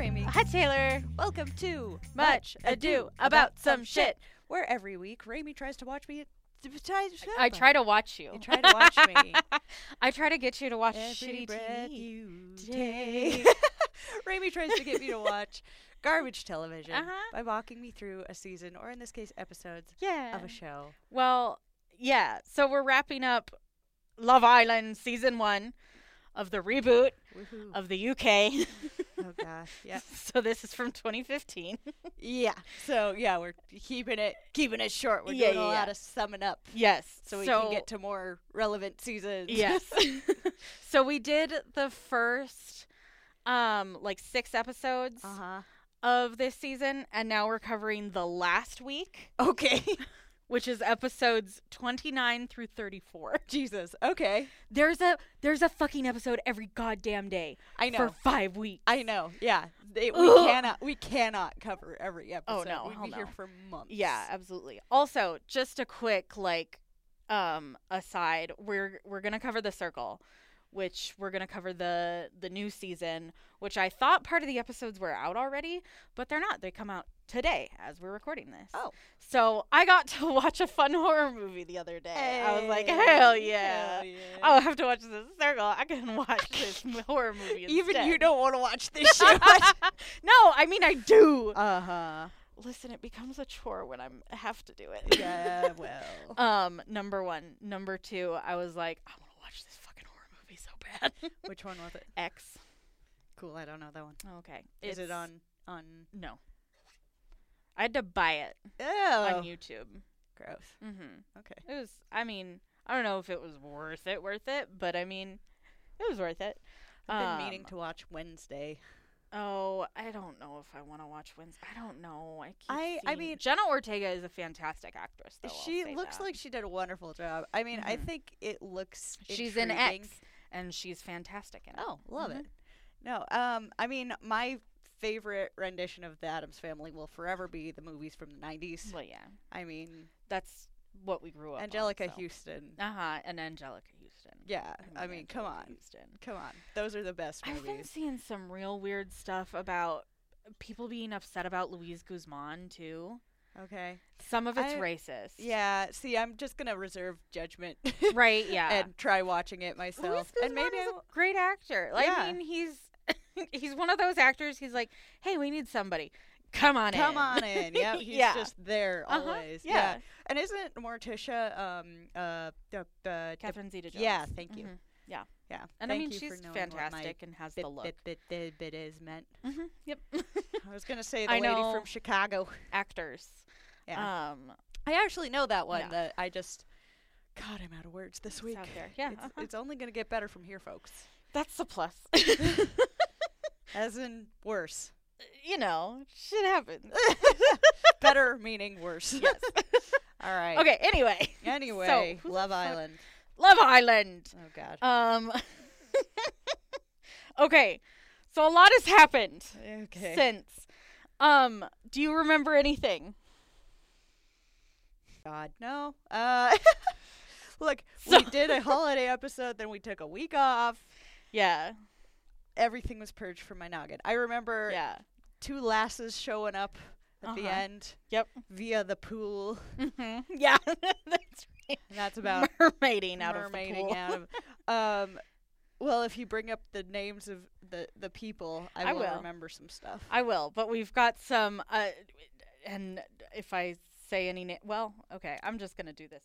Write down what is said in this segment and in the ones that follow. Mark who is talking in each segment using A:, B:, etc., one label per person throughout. A: Amy.
B: Hi, Taylor.
A: Welcome to Much Ado About Some Shit, where every week Raimi tries to watch me.
B: I try to watch you.
A: You try to watch me.
B: I try to get you to watch
A: Every
B: shitty
A: breath
B: TV.
A: you
B: Today.
A: take. Raimi tries to get me to watch garbage television
B: Uh-huh.
A: by walking me through a season, or in this case, episodes
B: Yeah.
A: of a show.
B: Well, yeah. So we're wrapping up Love Island season one of the reboot
A: Woohoo.
B: of the UK.
A: oh gosh, yeah,
B: so this is from 2015.
A: yeah. So yeah, we're keeping it keeping it short. We're
B: Yeah,
A: doing
B: yeah,
A: a lot
B: yeah.
A: of summing up,
B: Yes.
A: so we can get to more relevant seasons.
B: Yes. so we did the first um like six episodes
A: uh
B: of this season and now we're covering the last week,
A: huh. Okay.
B: which is episodes 29 through 34.
A: Jesus. Okay.
B: There's a there's a fucking episode every goddamn day
A: I know.
B: for 5 weeks.
A: I know. Yeah. They- we
B: Ugh. Oh,
A: cannot. We cannot cover every episode.
B: no,
A: We'd
B: hell
A: be here
B: no.
A: for months.
B: Yeah, absolutely. Also, just a quick like um aside, we're we're going to cover the circle, which we're going to cover the the new season, which I thought part of the episodes were out already, but they're not. They come out today as we're recording this.
A: Oh.
B: So, I got to watch a fun horror movie the other day. I was like,
A: Hey,
B: "Hell yeah."
A: hell yeah.
B: I'll have to watch this circle. I can watch this horror movie
A: Even
B: instead.
A: you don't want to watch this shit.
B: no, I mean I do.
A: uh huh.
B: Listen, it becomes a chore when I'm have to do it.
A: Yeah. Well.
B: Um, number one, number two, I was like, I want to watch this fucking horror movie so bad.
A: Which one was it?
B: X.
A: Cool. I don't know that one.
B: Okay.
A: Is it
B: It's-
A: on on?
B: No. I had to buy it
A: Oh.
B: on YouTube.
A: Gross.
B: Mm-hmm.
A: Okay.
B: It was. I mean, I don't know if it was worth it, worth it, but I mean, it was worth it.
A: I've been meaning
B: Um,
A: to watch Wednesday.
B: Oh, I don't know if I want to watch Wednesday. I don't know. I keep
A: I- I
B: seeing-
A: mean-
B: Jenna Ortega is a fantastic actress. Though, oh, I'll
A: she
B: say
A: looks
B: that.
A: like she did a wonderful job. I mean, I
B: Mhm.
A: think it looks.
B: she's in
A: intriguing.
B: X, and she's fantastic in it.
A: Oh, love
B: Mhm.
A: it. No, um, I mean, my favorite rendition of The Adams Family will forever be the movies from the 90s.
B: Well, yeah,
A: I mean,
B: that's what we grew up.
A: Angelica
B: on, so.
A: Houston.
B: Uh huh. And Angelica Houston.
A: Yeah, I
B: love
A: mean, come
B: Angelica
A: on.
B: Houston.
A: Come on. Those are the best
B: I've been
A: movies.
B: seeing some real weird stuff about people being upset about Luis Guzman too.
A: Okay.
B: Some of it's
A: I-
B: racist.
A: Yeah, see, I'm just going to reserve judgment
B: Right. Yeah.
A: and try watching it
B: Luis
A: myself.
B: Guzman
A: and maybe I
B: is
A: won't-
B: a great actor. Like, I
A: Yeah.
B: mean, he's he's one of those actors. He's like, hey, we need somebody. Come on in.
A: Come on in. Yep, he's
B: Yeah.
A: just there
B: Uh-huh,
A: always.
B: Yeah.
A: And isn't Morticia um uh the, the, the
B: Catherine Zeta-Jones.
A: Yeah, thank you.
B: Mhm. Yeah.
A: Yeah.
B: And I
A: thank
B: mean,
A: you for
B: she's
A: knowing what my
B: fantastic and has
A: Bit,
B: the look.
A: bit, Mm-hmm. bit, bit, bit is meant.
B: Mhm, Yep.
A: I was gonna say the
B: I
A: lady
B: know.
A: from Chicago.
B: Actors.
A: Yeah.
B: Um,
A: I actually know that one.
B: yeah.
A: That I just, God, I'm out of words this week.
B: out there. Yeah,
A: it's,
B: uh-huh.
A: it's only gonna get better from here, folks.
B: that's the plus.
A: As in worse.
B: you know, shit happens.
A: better meaning worse.
B: yes.
A: All right.
B: Okay. Anyway,
A: Anyway,
B: who the
A: Love
B: fuck-
A: Island.
B: Love Island.
A: Oh God.
B: Um. okay, so a lot has happened
A: Okay.
B: since. Um. Do you remember anything?
A: God no. Uh, look,
B: So-
A: we did a holiday episode, then we took a week off.
B: Yeah.
A: Everything was purged from my noggin. I remember
B: Yeah.
A: two lasses showing up at the
B: Uh-huh.
A: end.
B: Yep.
A: Via the pool.
B: hmm Yeah. That's right.
A: And that's about
B: mermaiding out of the
A: mermaiding
B: pool.
A: out of. Um, well, if you bring up the names of the the people, I,
B: I
A: will,
B: will.
A: remember some stuff.
B: I will, but we've got some. Uh, and if I say any, na- well, okay, I'm just gonna do this.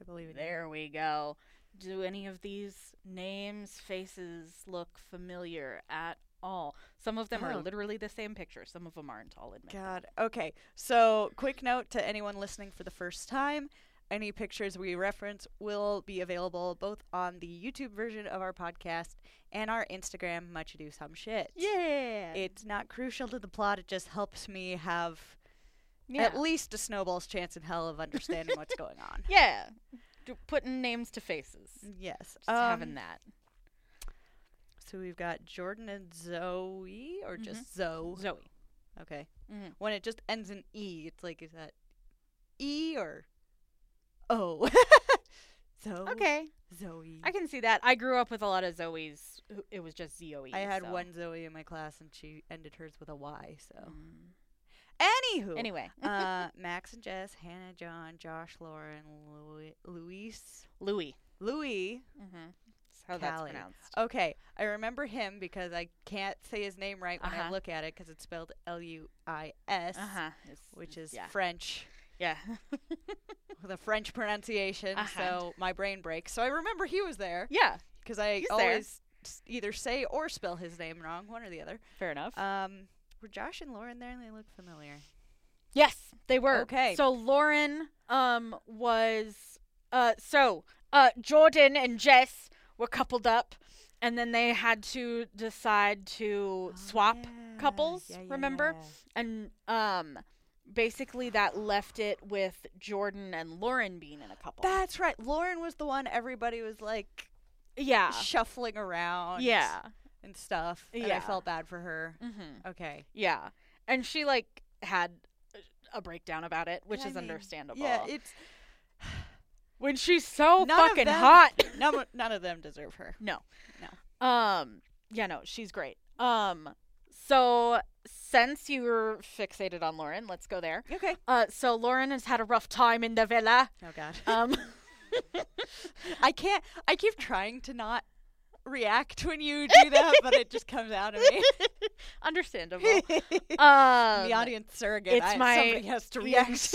A: I believe in you.
B: There we go. Do any of these names, faces look familiar at all? Some of them are
A: Oh.
B: literally the same picture. Some of them aren't. I'll admit. that.
A: God. Okay. So, quick note to anyone listening for the first time. Any pictures we reference will be available both on the YouTube version of our podcast and our Instagram, Much Ado Some Shit.
B: Yeah.
A: It's not crucial to the plot, it just helps me have
B: yeah.
A: at least a snowball's chance in hell of understanding what's going on.
B: yeah. D- putting names to faces. Just
A: Yes.
B: having
A: um,
B: that.
A: So we've got Jordan and Zoe, or
B: Mhm.
A: just Zoe.
B: Zoe.
A: Okay.
B: Mhm.
A: When it just ends in E, it's like, is that E or O? Zoe.
B: Okay.
A: Zoe.
B: I can see that. I grew up with a lot of Zoe's. who- It was just Zoe.
A: I had
B: so.
A: one Zoe in my class, and she ended hers with a Y. So,
B: Mm.
A: anywho,
B: Anyway,
A: uh, Max and Jess, Hannah, John, Josh, Lauren, Louis, Luis,
B: Louis.
A: Louis.
B: Mm-hmm. Oh, That's how that's
A: Callie.
B: pronounced.
A: Okay, I remember him because I can't say his name right when I
B: Uh-huh.
A: look at it because it's spelled L U I S,
B: Uh-huh. It's-
A: which
B: it's-
A: is
B: yeah.
A: French
B: yeah.
A: with a French pronunciation.
B: Uh-huh.
A: So my brain breaks. So I remember he was there
B: yeah.
A: because I
B: He's there.
A: always s either say or spell his name wrong, one or the other.
B: Fair enough.
A: Um, were Josh and Lauren there? And they look familiar.
B: yes, they were.
A: okay.
B: So Lauren um was uh so uh Jordan and Jess were coupled up and then they had to decide to
A: Oh,
B: swap
A: yeah.
B: couples,
A: Yeah, yeah,
B: remember?
A: yeah.
B: and um basically that left it with Jordan and Lauren being in a couple.
A: That's right. Lauren was the one everybody was like
B: yeah.
A: shuffling around.
B: Yeah.
A: And stuff. And I
B: Yeah.
A: felt bad for her.
B: Mhm.
A: Okay.
B: Yeah. And she like had a breakdown about it, which
A: Yeah, I
B: is
A: mean,
B: understandable.
A: Yeah, it's
B: when she's so
A: None of
B: fucking
A: them-
B: hot.
A: none, none of them deserve her.
B: Um yeah, no, she's great. Um so since you were fixated on Lauren, let's go there.
A: Okay.
B: Uh so Lauren has had a rough time in the villa.
A: Oh god.
B: Um
A: I can't I keep trying to not react when you do that, but it just comes out of me.
B: understandable. Um
A: the audience surrogate.
B: it's
A: I,
B: my-
A: somebody has to react.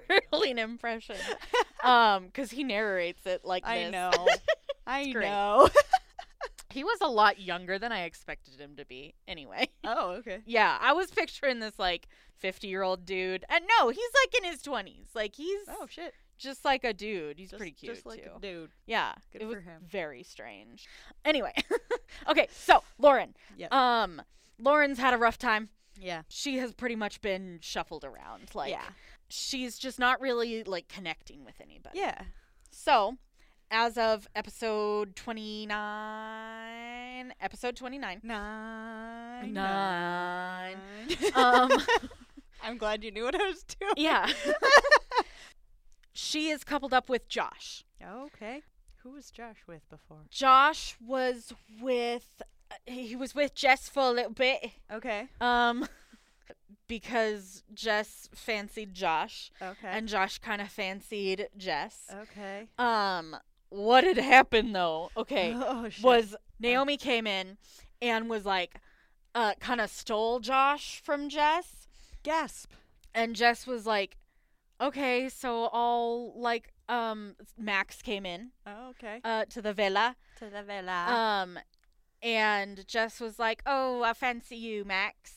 B: Sterling impression. Um cuz he narrates it like
A: I
B: this.
A: know. I
B: great.
A: know.
B: He was a lot younger than I expected him to be. Anyway.
A: Oh, okay.
B: Yeah, I was picturing this like 50 year old dude. And no, he's like in his 20s. Like he's
A: Oh shit.
B: just like a dude. He's
A: Just-
B: pretty cute
A: Just like
B: too.
A: a dude.
B: yeah,
A: Good
B: it was
A: for him.
B: very strange. Anyway, okay, so Lauren.
A: Yep.
B: Um, Lauren's had a rough time.
A: Yeah.
B: She has pretty much been shuffled around. Like,
A: Yeah.
B: she's just not really like connecting with anybody.
A: Yeah.
B: So, as of episode 29, episode 29.
A: Nine.
B: Nine.
A: nine.
B: um.
A: I'm glad you knew what I was doing.
B: Yeah. she is coupled up with Josh.
A: Okay. Who was Josh with before?
B: Josh was with he was with Jess for a little bit.
A: Okay.
B: Um because Jess fancied Josh
A: Okay.
B: and Josh kind of fancied Jess.
A: okay.
B: Um what had happened though? Okay.
A: Oh shit.
B: was Naomi came in and was like uh kind of stole Josh from Jess.
A: gasp.
B: and Jess was like, "Okay, so all like um Max came in
A: Oh, okay.
B: uh to the villa,
A: to the villa.
B: um, and Jess was like, "Oh, I fancy you, Max."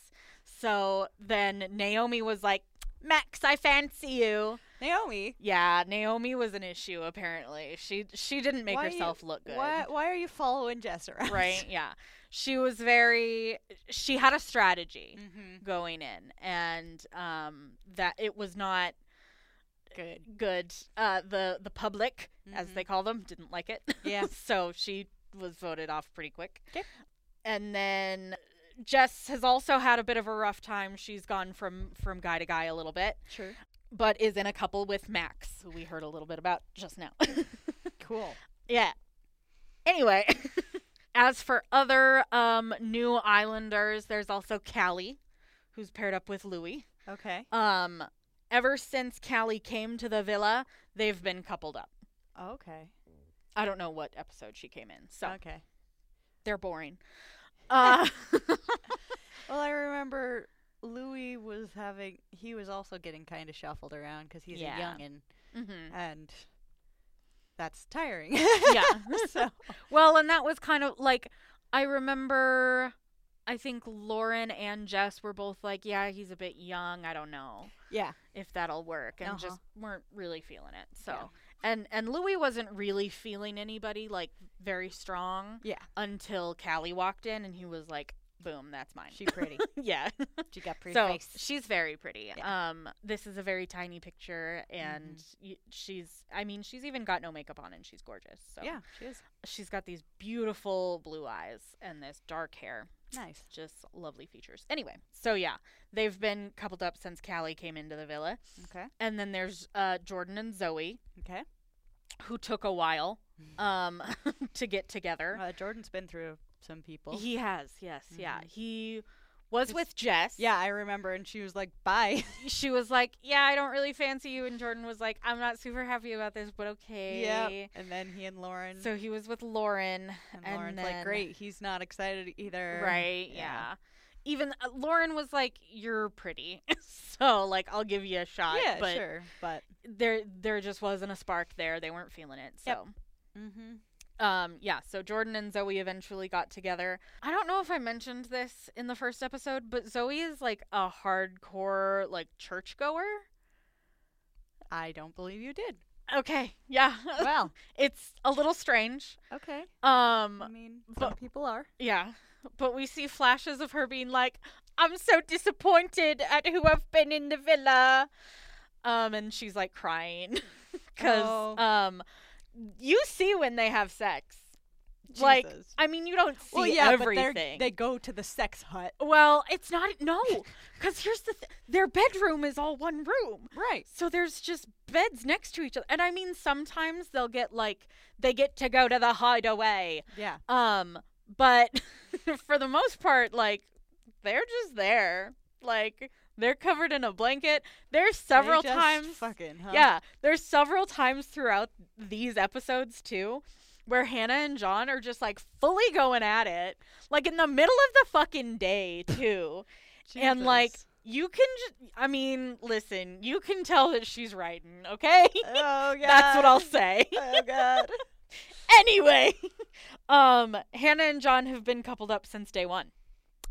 B: So then Naomi was like, "Max, I fancy you."
A: Naomi.
B: Yeah, Naomi was an issue apparently. She she didn't make
A: Why you-
B: herself look good.
A: Why why are you following Jess around?
B: Right? Yeah. She was very she had a strategy
A: mm-hmm.
B: going in and um that it was not
A: Good. Mm-hmm.
B: good. Uh, the the public, as they call them, didn't like it.
A: Yeah.
B: so she was voted off pretty quick.
A: 'Kay.
B: And then Jess has also had a bit of a rough time. She's gone from from guy to guy a little bit,
A: Sure.
B: but is in a couple with Max, who we heard a little bit about just now.
A: Cool.
B: yeah. Anyway, as for other um, new islanders, there's also Callie, who's paired up with Louie.
A: Okay.
B: Um, ever since Callie came to the villa, they've been coupled up.
A: Okay.
B: I don't know what episode she came in, so
A: Okay.
B: they're boring. Uh,
A: Well, I remember Louis was having he was also getting kind of shuffled around because he's
B: Yeah.
A: a youngin
B: mhm.
A: and that's tiring.
B: Yeah.
A: so
B: Well, and that was kind of like I remember. I think Lauren and Jess were both like, "Yeah, he's a bit young. I don't know
A: yeah.
B: if that'll work," and
A: Uh-huh.
B: just weren't really feeling it. So,
A: Yeah.
B: and and Louis wasn't really feeling anybody like very strong.
A: Yeah.
B: Until Callie walked in, and he was like, "Boom, that's mine."
A: She pretty.
B: yeah.
A: She got pretty
B: so
A: face.
B: she's very pretty.
A: Yeah. Mm-hmm.
B: Um, this is a very tiny picture, and y- she's. I mean, she's even got no makeup on, and she's gorgeous. So
A: Yeah, she is
B: she's got these beautiful blue eyes and this dark hair,
A: nice.
B: just lovely features. Anyway, so yeah, they've been coupled up since Callie came into the villa,
A: Okay.
B: and then there's uh, Jordan and Zoe,
A: Okay.
B: who took a while
A: Mm-hmm.
B: um, to get together.
A: Uh, Jordan's been through some people.
B: He has, yes, yeah.
A: Mhm.
B: He was
A: Just-
B: with Jess.
A: yeah, I remember, and she was like, "Bye."
B: She was like, Yeah, I don't really fancy you. And Jordan was like, I'm not super happy about this, but okay.
A: yeah. And then he and Lauren.
B: So he was with Lauren.
A: and
B: and
A: Lauren's
B: then-
A: like, "Great, he's not excited either."
B: Right.
A: yeah.
B: Yeah. Even uh, Lauren was like, "You're pretty," so like, I'll give you a shot.
A: yeah,
B: but
A: sure, but
B: there, there just wasn't a spark there. They weren't feeling it.
A: Yep.
B: So,
A: mm-hmm.
B: um, yeah. So Jordan and Zoe eventually got together. I don't know if I mentioned this in the first episode, but Zoe is like a hardcore like churchgoer.
A: I don't believe you did.
B: Okay. Yeah.
A: Well,
B: it's a little strange.
A: okay.
B: Um,
A: I mean, some
B: but-
A: people are.
B: Yeah. But we see flashes of her being like, I'm so disappointed at who I've been in the villa. Um, and she's like crying. Because
A: Oh.
B: um, you see when they have sex. Like,
A: Jesus.
B: I mean, you don't see
A: well, yeah, but they're-
B: everything.
A: they go to the sex hut,
B: Well, it's not. No. Because here's the th- their bedroom is all one room.
A: right?
B: So there's just beds next to each other. And I mean, sometimes they'll get like, they get to go to the hideaway.
A: Yeah,
B: Um, but for the most part, like they're just there. Like they're covered in a blanket. There's
A: They
B: several
A: just
B: times.
A: Fucking huh?
B: Yeah, there's several times throughout these episodes too where Hannah and John are just like fully going at it. Like in the middle of the fucking day, too. And, like,
A: Jesus.
B: You can ju- I mean, listen, you can tell that she's writing, okay?
A: oh yeah,
B: That's what I'll say.
A: Oh god.
B: anyway, um Hannah and John have been coupled up since day 1.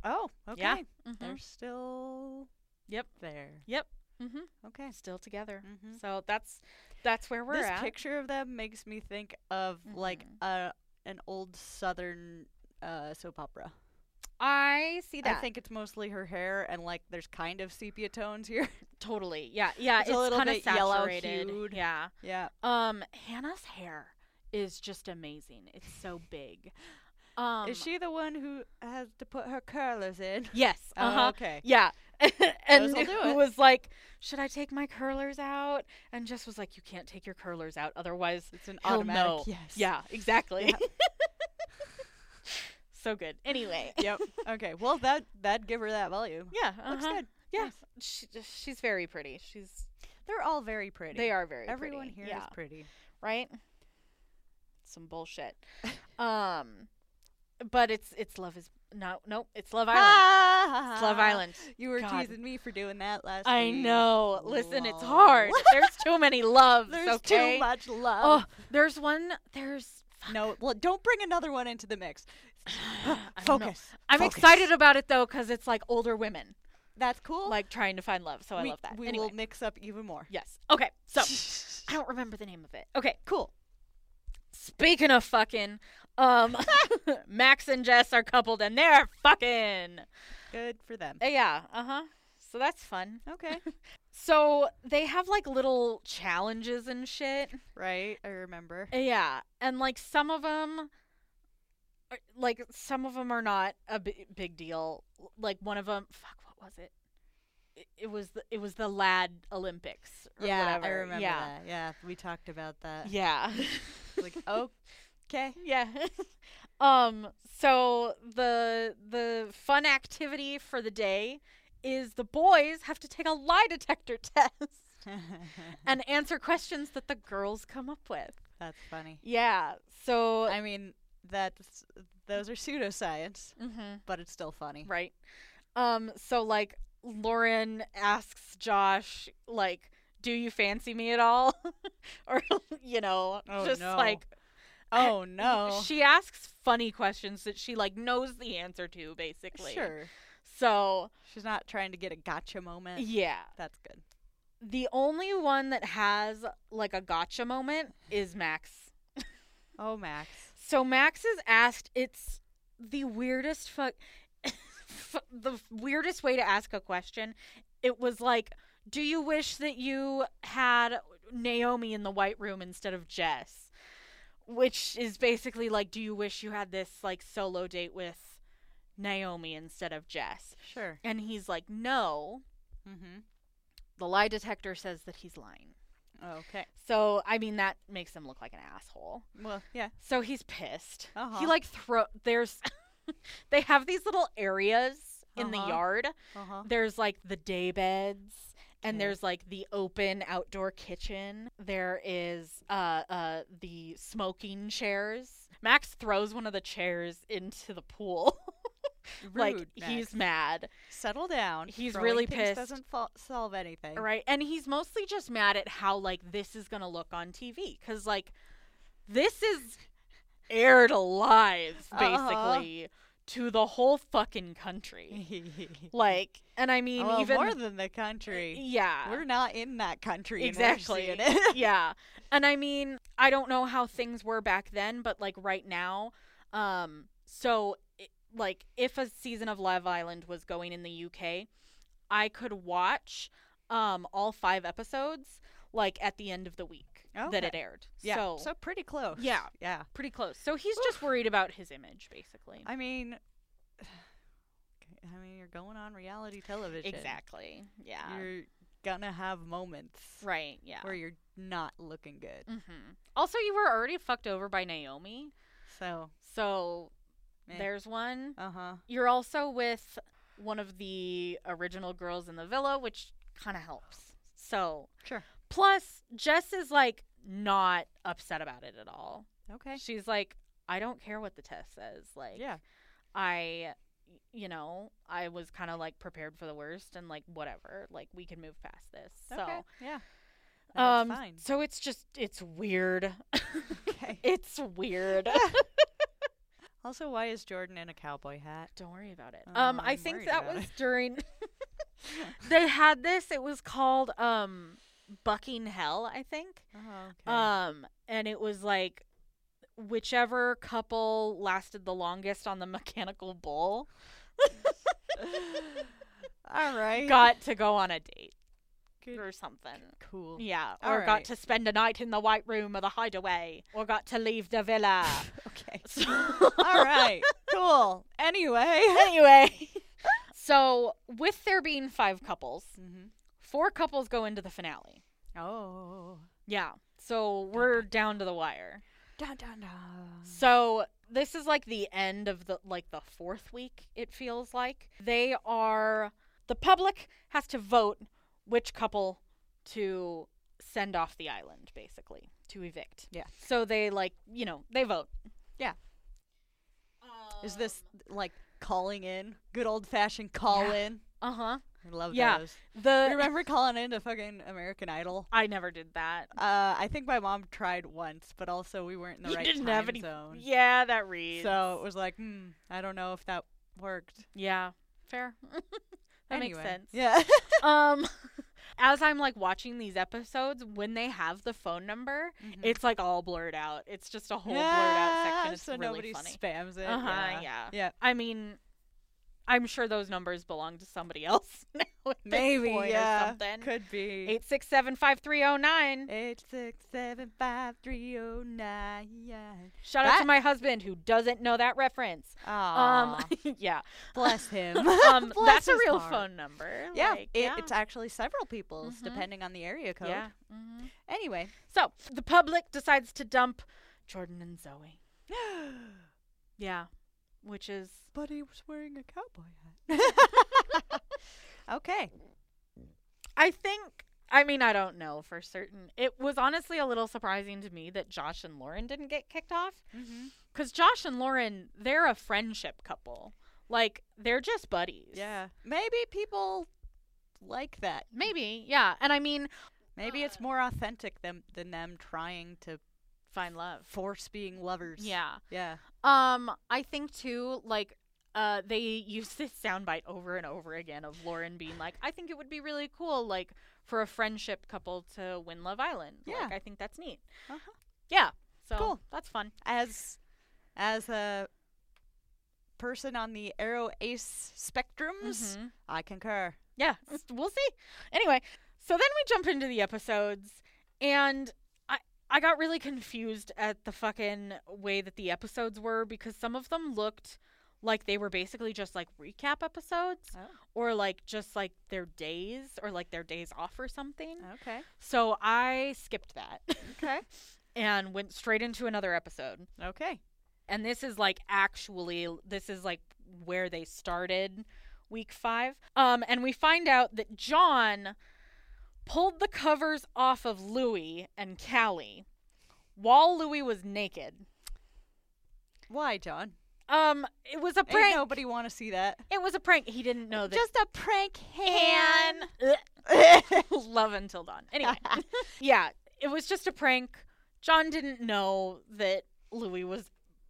A: Oh, okay.
B: Yeah.
A: They're still
B: Mm-hmm. Yep.
A: there.
B: Mm-hmm.
A: Okay.
B: Still together.
A: Mm-hmm.
B: So that's that's where we're
A: this
B: at.
A: picture of them makes me think of like
B: Mhm.
A: a an old southern uh, soap opera.
B: I see that.
A: I think it's mostly her hair and like there's kind of sepia tones here.
B: totally. Yeah. Yeah.
A: It's
B: It's,
A: a little
B: kind of
A: bit yellow
B: saturated.
A: hued.
B: Yeah.
A: yeah.
B: Um, Hannah's hair is just amazing. It's so big. Um,
A: Is she the one who has to put her curlers in?
B: Yes.
A: Oh,
B: Uh huh.
A: okay.
B: Yeah. and
A: This'll do
B: who
A: it.
B: was like, "Should I take my curlers out?" And Jess was like, "You can't take your curlers out, otherwise
A: It's an
B: Hell
A: automatic
B: no.
A: yes.
B: Yeah, exactly. so good. Anyway.
A: Yep. Okay. Well, that that give her that volume.
B: Yeah.
A: Looks
B: uh-huh.
A: good.
B: Yeah.
A: Nice.
B: She, she's very pretty. She's
A: They're all very pretty.
B: they are very
A: Everyone
B: pretty.
A: here is
B: yeah,
A: pretty.
B: right? Some bullshit. um but it's it's love is no no, it's Love Island. It's Love Island.
A: You were
B: God.
A: teasing me for doing that last
B: I
A: week.
B: know. Listen, it's
A: Lol.
B: hard. There's too many loves,
A: There's
B: okay?
A: too much love.
B: Oh, there's one there's
A: No, well, don't bring another one into the mix.
B: I don't know.
A: Focus.
B: I'm
A: Focus.
B: excited about it though cuz it's like older women.
A: That's cool.
B: like trying to find love. So I
A: we,
B: love that.
A: We
B: anyway,
A: will mix up even more.
B: yes. Okay, so I
A: So,
B: don't remember the name of it. Okay,
A: cool.
B: speaking of fucking, um, Max and Jess are coupled and they're fucking.
A: Good for them.
B: Uh, yeah, uh huh. So that's fun.
A: Okay.
B: So they have like little challenges and shit.
A: right. I remember.
B: Uh, Yeah, and like some of them. Like some of them are not a bi- big deal. Like one of them, fuck, what was it? It, it was the it was the lad Olympics. Or
A: yeah, I
B: whatever.
A: remember
B: Yeah,
A: that. Yeah, we talked about that.
B: Yeah.
A: Like, oh, okay.
B: yeah. um so the the fun activity for the day is the boys have to take a lie detector test and answer questions that the girls come up with.
A: That's funny.
B: Yeah. So
A: I mean, that's those are pseudoscience,
B: mhm,
A: but it's still funny.
B: right. Um so like Lauren asks Josh like do you fancy me at all? or you know,
A: Oh,
B: just
A: no.
B: like
A: Oh no.
B: She asks funny questions that she like knows the answer to basically.
A: Sure.
B: So,
A: She's not trying to get a gotcha moment.
B: yeah.
A: That's good.
B: The only one that has like a gotcha moment is Max.
A: Oh, Max.
B: So Max is asked it's the weirdest fuck f- the weirdest way to ask a question. It was like, "Do you wish that you had Naomi in the white room instead of Jess?" Which is basically like, "Do you wish you had this like solo date with Naomi instead of Jess?"
A: Sure.
B: And he's like, "No."
A: Mm-hmm.
B: The lie detector says that he's lying.
A: Okay.
B: So I mean that makes him look like an asshole.
A: Well, yeah.
B: So he's pissed.
A: Uh-huh.
B: He like throw there's they have these little areas in the
A: Uh-huh.
B: yard.
A: Uh huh.
B: There's like the day beds and
A: Okay.
B: there's like the open outdoor kitchen. There is uh uh the smoking chairs. Max throws one of the chairs into the pool. like he's mad.
A: settle down.
B: He's
A: Throwing
B: really
A: things
B: pissed.
A: Doesn't fol- solve anything.
B: Right. And he's mostly just mad at how like this is going to look on TV cuz like this is aired alive
A: Uh-huh.
B: basically to the whole fucking country. Like and I mean
A: well,
B: even
A: more than the country.
B: yeah.
A: We're not in that country. and we're
B: exactly.
A: seeing it.
B: yeah. And I mean, I don't know how things were back then, but like right now, um so it, like if a season of Love Island was going in the UK, I could watch um all 5 episodes like at the end of the week that it
A: Okay.
B: aired.
A: yeah.
B: So,
A: pretty close.
B: Yeah.
A: Yeah.
B: pretty close. So he's just worried about his image basically.
A: I mean, I mean, you're going on reality television.
B: Exactly. Yeah.
A: You're gonna have moments
B: right, yeah.
A: where you're not looking good.
B: Mhm. Also, you were already fucked over by Naomi.
A: So,
B: So
A: Meh.
B: there's one.
A: uh huh.
B: You're also with one of the original girls in the villa, which kind of helps. So,
A: Sure.
B: plus, Jess is like not upset about it at all.
A: Okay.
B: She's like, I don't care what the test says. Like,
A: Yeah.
B: I, you know, I was kind of like prepared for the worst and like whatever. Like, we can move past this.
A: okay.
B: So,
A: Yeah.
B: um,
A: That's fine.
B: so it's just, it's weird.
A: Okay.
B: it's weird.
A: Also, why is Jordan in a cowboy hat?
B: Don't worry about it.
A: Oh,
B: um, I
A: I'm
B: think
A: worried
B: that
A: about
B: was
A: it.
B: during they had this. It was called um Bucking Hell, I think.
A: Oh, okay.
B: Um, and it was like whichever couple lasted the longest on the mechanical bull
A: All right.
B: got to go on a date
A: Good.
B: or something.
A: Cool.
B: Yeah,
A: All
B: or got
A: right.
B: to spend a night in the white room of the hideaway, or got to leave the villa.
A: Okay.
B: So-
A: All right. Cool. Anyway.
B: anyway, so with there being five couples,
A: mm-hmm.
B: four couples go into the finale.
A: Oh.
B: Yeah. So we're down to the wire.
A: Dun dun dun.
B: So this is like the end of the like the fourth week it feels like. They are the public has to vote which couple to send off the island basically, to evict.
A: Yeah.
B: So they like, you know, they vote.
A: Yeah. Is this
B: Um,
A: like calling in? Good old fashioned call in.
B: Uh-huh.
A: I love
B: Yeah.
A: those.
B: The
A: You remember calling in to fucking American Idol?
B: I never did that.
A: Uh, I think my mom tried once, but also we weren't in the
B: You
A: right
B: didn't
A: time
B: have any-
A: zone.
B: Yeah, that reads.
A: So it was like, hmm, I don't know if that worked.
B: yeah, fair. that
A: anyway,
B: makes sense.
A: Yeah.
B: um as i'm like watching these episodes when they have the phone number
A: Mhm.
B: it's like all blurred out it's just a whole blurred out
A: Yeah,
B: section it's
A: so
B: really
A: nobody
B: funny
A: spams it.
B: Uh-huh,
A: yeah.
B: yeah.
A: Yeah.
B: i mean i'm sure those numbers belong to somebody else now at this
A: Maybe.
B: point
A: yeah.
B: or something
A: Could be.
B: 8675309
A: Eight six seven five three oh nine.
B: shout out to
A: That-
B: my husband who doesn't know that reference
A: Um,
B: um yeah
A: bless him.
B: um
A: Bless
B: that's a
A: his
B: real
A: heart.
B: phone number
A: Yeah,
B: like,
A: it,
B: yeah.
A: it's actually several people's
B: Mhm.
A: depending on the area code.
B: yeah hmm
A: Anyway,
B: so the public decides to dump jordan and zoe Yeah. Which is
A: but he was wearing a cowboy hat. okay.
B: I think I mean I don't know for certain. It was honestly a little surprising to me that Josh and Lauren didn't get kicked off cuz Josh and Lauren, they're a friendship couple. Like they're just buddies.
A: Yeah. Maybe people like that.
B: Maybe. Yeah. And I mean
A: Maybe
B: Uh.
A: it's more authentic than than them trying to
B: find love.
A: force being lovers.
B: Yeah.
A: Yeah.
B: Um I think too like uh, they use this soundbite over and over again of Lauren being like, "I think it would be really cool, like for a friendship couple to win Love Island. Like,
A: Yeah.
B: I think that's neat.
A: Uh-huh.
B: Yeah, so
A: Cool.
B: that's fun.
A: As as a person on the arrow ace spectrums,
B: Mhm.
A: I concur.
B: Yeah, s- we'll see. Anyway, so then we jump into the episodes, and I I got really confused at the fucking way that the episodes were because some of them looked like they were basically just like recap episodes
A: Oh,
B: or like just like their days or like their days off or something.
A: okay.
B: So I skipped that
A: Okay.
B: and went straight into another episode.
A: Okay.
B: And this is like actually this is like where they started week 5. Um and we find out that John pulled the covers off of Louie and Callie while Louie was naked.
A: Why, John?
B: Um it was a
A: Ain't
B: prank.
A: nobody want to see that.
B: It was a prank. He didn't know that.
A: Just a prank hand.
B: Anne. Love until dawn. Anyway, yeah, it was just a prank. John didn't know that Louis was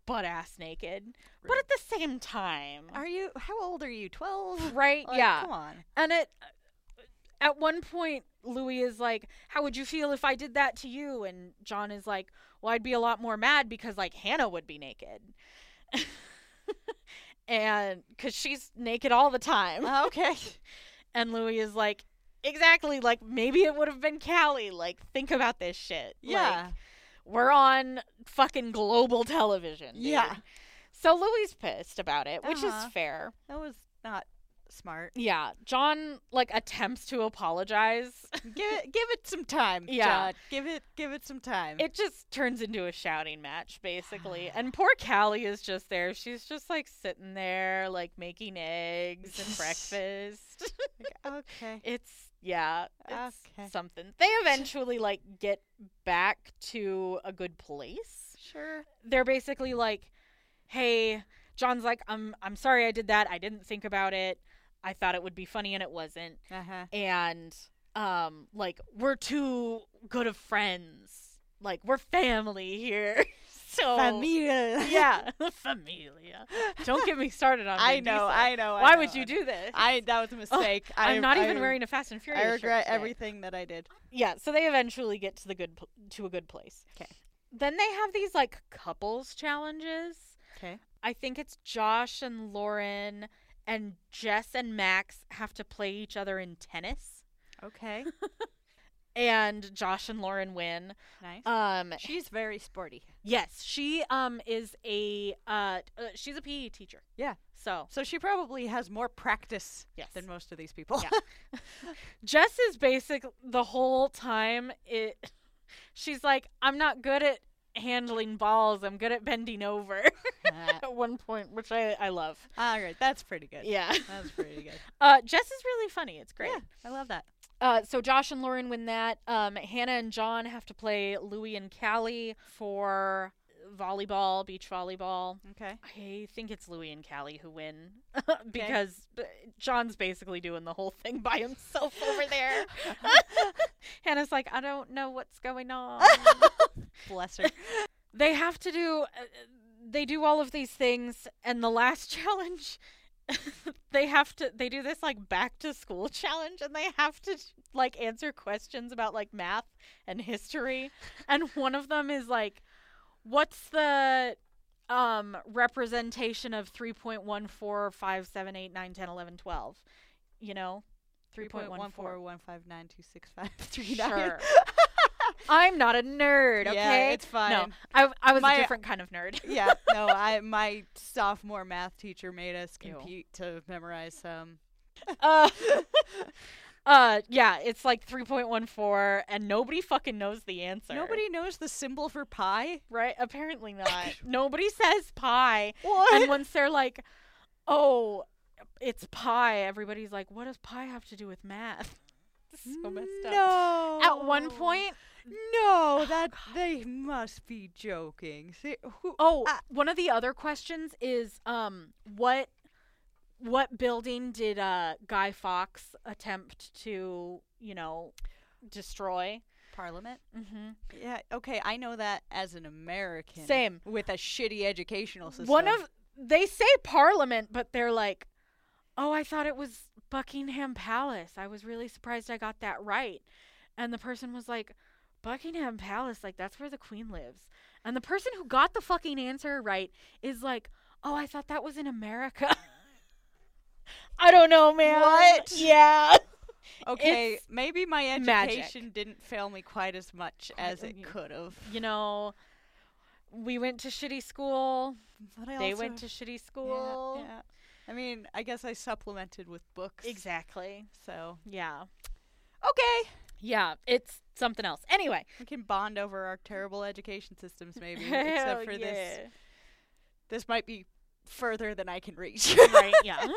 B: butt ass naked, but
A: Right.
B: at the same time,
A: Are you? How old are you? Twelve.
B: right? yeah,
A: Come on.
B: and it. At one point, Louis is like, "How would you feel if I did that to you?" And John is like, "Well, I'd be a lot more mad because like Hannah would be naked." and because she's naked all the time
A: okay.
B: And Louis is like, exactly, like maybe it would have been Callie. Like, think about this shit.
A: Yeah.
B: Like, we're on fucking global television. dude.
A: yeah.
B: So Louis is pissed about it, which
A: Uh-huh.
B: is fair.
A: That was not smart.
B: Yeah. John like attempts to apologize.
A: give it. Give it some time.
B: Yeah.
A: John. Give it. Give it some time.
B: it just turns into a shouting match, basically. And poor Callie is just there. She's just like sitting there, like making eggs and breakfast.
A: okay.
B: It's yeah, it's
A: Okay.
B: something. They eventually like get back to a good place.
A: Sure.
B: They're basically like, "Hey, John's like, I'm I'm sorry I did that. I didn't think about it. I thought it would be funny and it wasn't."
A: Uh huh.
B: And um like we're too good of friends. Like we're family here. so
A: Oh, Familia.
B: Yeah, familia. Don't get me started on
A: I
B: Vin
A: know.
B: Diesel.
A: I know. I
B: Why
A: know,
B: would
A: I
B: you
A: know.
B: do this?
A: I that was a mistake. I,
B: am not even
A: I-
B: wearing a Fast and Furious.
A: I
B: shirt
A: regret
B: today.
A: everything that I did.
B: Yeah, so they eventually get to the good pl- to a good place.
A: 'Kay.
B: Then they have these like couples challenges.
A: Okay.
B: I think it's Josh and Lauren and Jess and Max have to play each other in tennis.
A: Okay.
B: And Josh and Lauren win.
A: Nice.
B: Um
A: She's very sporty.
B: yes, she um is a uh, uh she's a PE teacher.
A: Yeah.
B: So,
A: So she probably has more practice
B: yes.
A: than most of these people.
B: Yeah. Jess is basic the whole time it she's like I'm not good at handling balls. I'm good at bending over. at one point, which I, I love.
A: All right, that's pretty good.
B: Yeah.
A: That's pretty good.
B: Uh, Jess is really funny. It's great.
A: Yeah, I love that.
B: Uh, so Josh and Lauren win that. Um, Hannah and John have to play Louie and Callie for volleyball, beach volleyball.
A: Okay.
B: I think it's Louie and Callie who win because b- John's basically doing the whole thing by himself over there. Hannah's like, I don't know what's going on.
A: Bless her.
B: they have to do uh, they do all of these things and the last challenge they have to they do this like back to school challenge and they have to like answer questions about like math and history and one of them is like what's the um representation of 3.145789109101112 you know 3.14
A: 3.141592653.
B: sure i'm not a nerd okay
A: Yeah, it's fine.
B: no I, I was
A: My-
B: a different kind of nerd.
A: yeah, no, I my sophomore math teacher made us
B: Ew.
A: compete to memorize some.
B: Uh, uh, yeah, it's like 3.14, and nobody fucking knows the answer.
A: Nobody knows the symbol for pi.
B: Right? Apparently not. nobody says pi.
A: What?
B: And once they're like, oh, it's pi, everybody's like, what does pi have to do with math? It's so messed up.
A: no.
B: At one point, oh,
A: No, that they must be joking. See, who,
B: oh,
A: Ah.
B: one of the other questions is um, what what building did uh, Guy Fox attempt to, you know, destroy?
A: Parliament.
B: Mm-hmm.
A: Yeah. Okay, I know that as an American.
B: Same.
A: With a shitty educational system.
B: One of they say Parliament, but they're like, "Oh, I thought it was Buckingham Palace. I was really surprised I got that right." And the person was like, "Buckingham Palace, like that's where the Queen lives." And the person who got the fucking answer right is like, "Oh, I thought that was in America." I don't know, man.
A: What?
B: Yeah.
A: Okay,
B: it's
A: maybe my
B: magic.
A: education didn't fail me quite as much as
B: Quite-
A: it could have.
B: You know, we went to shitty school.
A: But I
B: They
A: also-
B: went to shitty
A: Yeah,
B: school.
A: yeah. I mean, I guess I supplemented with books.
B: Exactly.
A: So
B: Yeah.
A: okay,
B: Yeah. It's something else. Anyway.
A: we can bond over our terrible education systems, maybe. except
B: Hell
A: for this, this might be further than I can reach.
B: yeah. right. Yeah.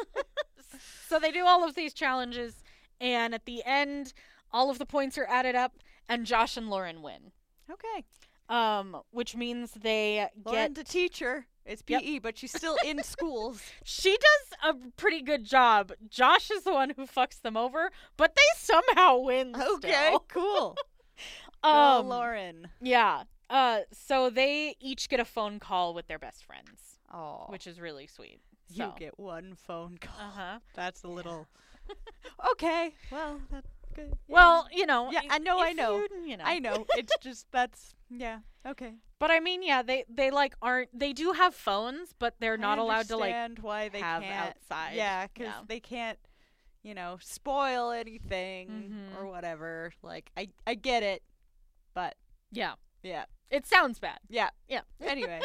B: so they do all of these challenges, and at the end, all of the points are added up, and Josh and Lauren win.
A: okay,
B: Um, which means they
A: Lauren's
B: get.
A: a teacher. It's PE,
B: Yep.
A: but she's still in schools.
B: She does a pretty good job. Josh is the one who fucks them over, but they somehow win.
A: Okay,
B: still.
A: cool. Go
B: Um,
A: Lauren.
B: Yeah. Uh, so they each get a phone call with their best friends,
A: Oh,
B: which is really sweet.
A: you
B: so.
A: get one phone call.
B: Uh huh.
A: That's a little. okay. Well, that's good. yeah.
B: Well, you know.
A: Yeah,
B: i-
A: I know, I
B: if
A: know.
B: you- you know.
A: I know. It's just that's yeah. Okay.
B: But I mean, yeah, they they like aren't they do have phones, but they're not
A: I
B: allowed to like
A: understand why they
B: have
A: can't,
B: outside.
A: Yeah, because
B: Yeah.
A: they can't, you know, spoil anything or whatever. Like I, I get it, but
B: yeah.
A: yeah,
B: It sounds bad.
A: yeah,
B: Yeah.
A: Anyway,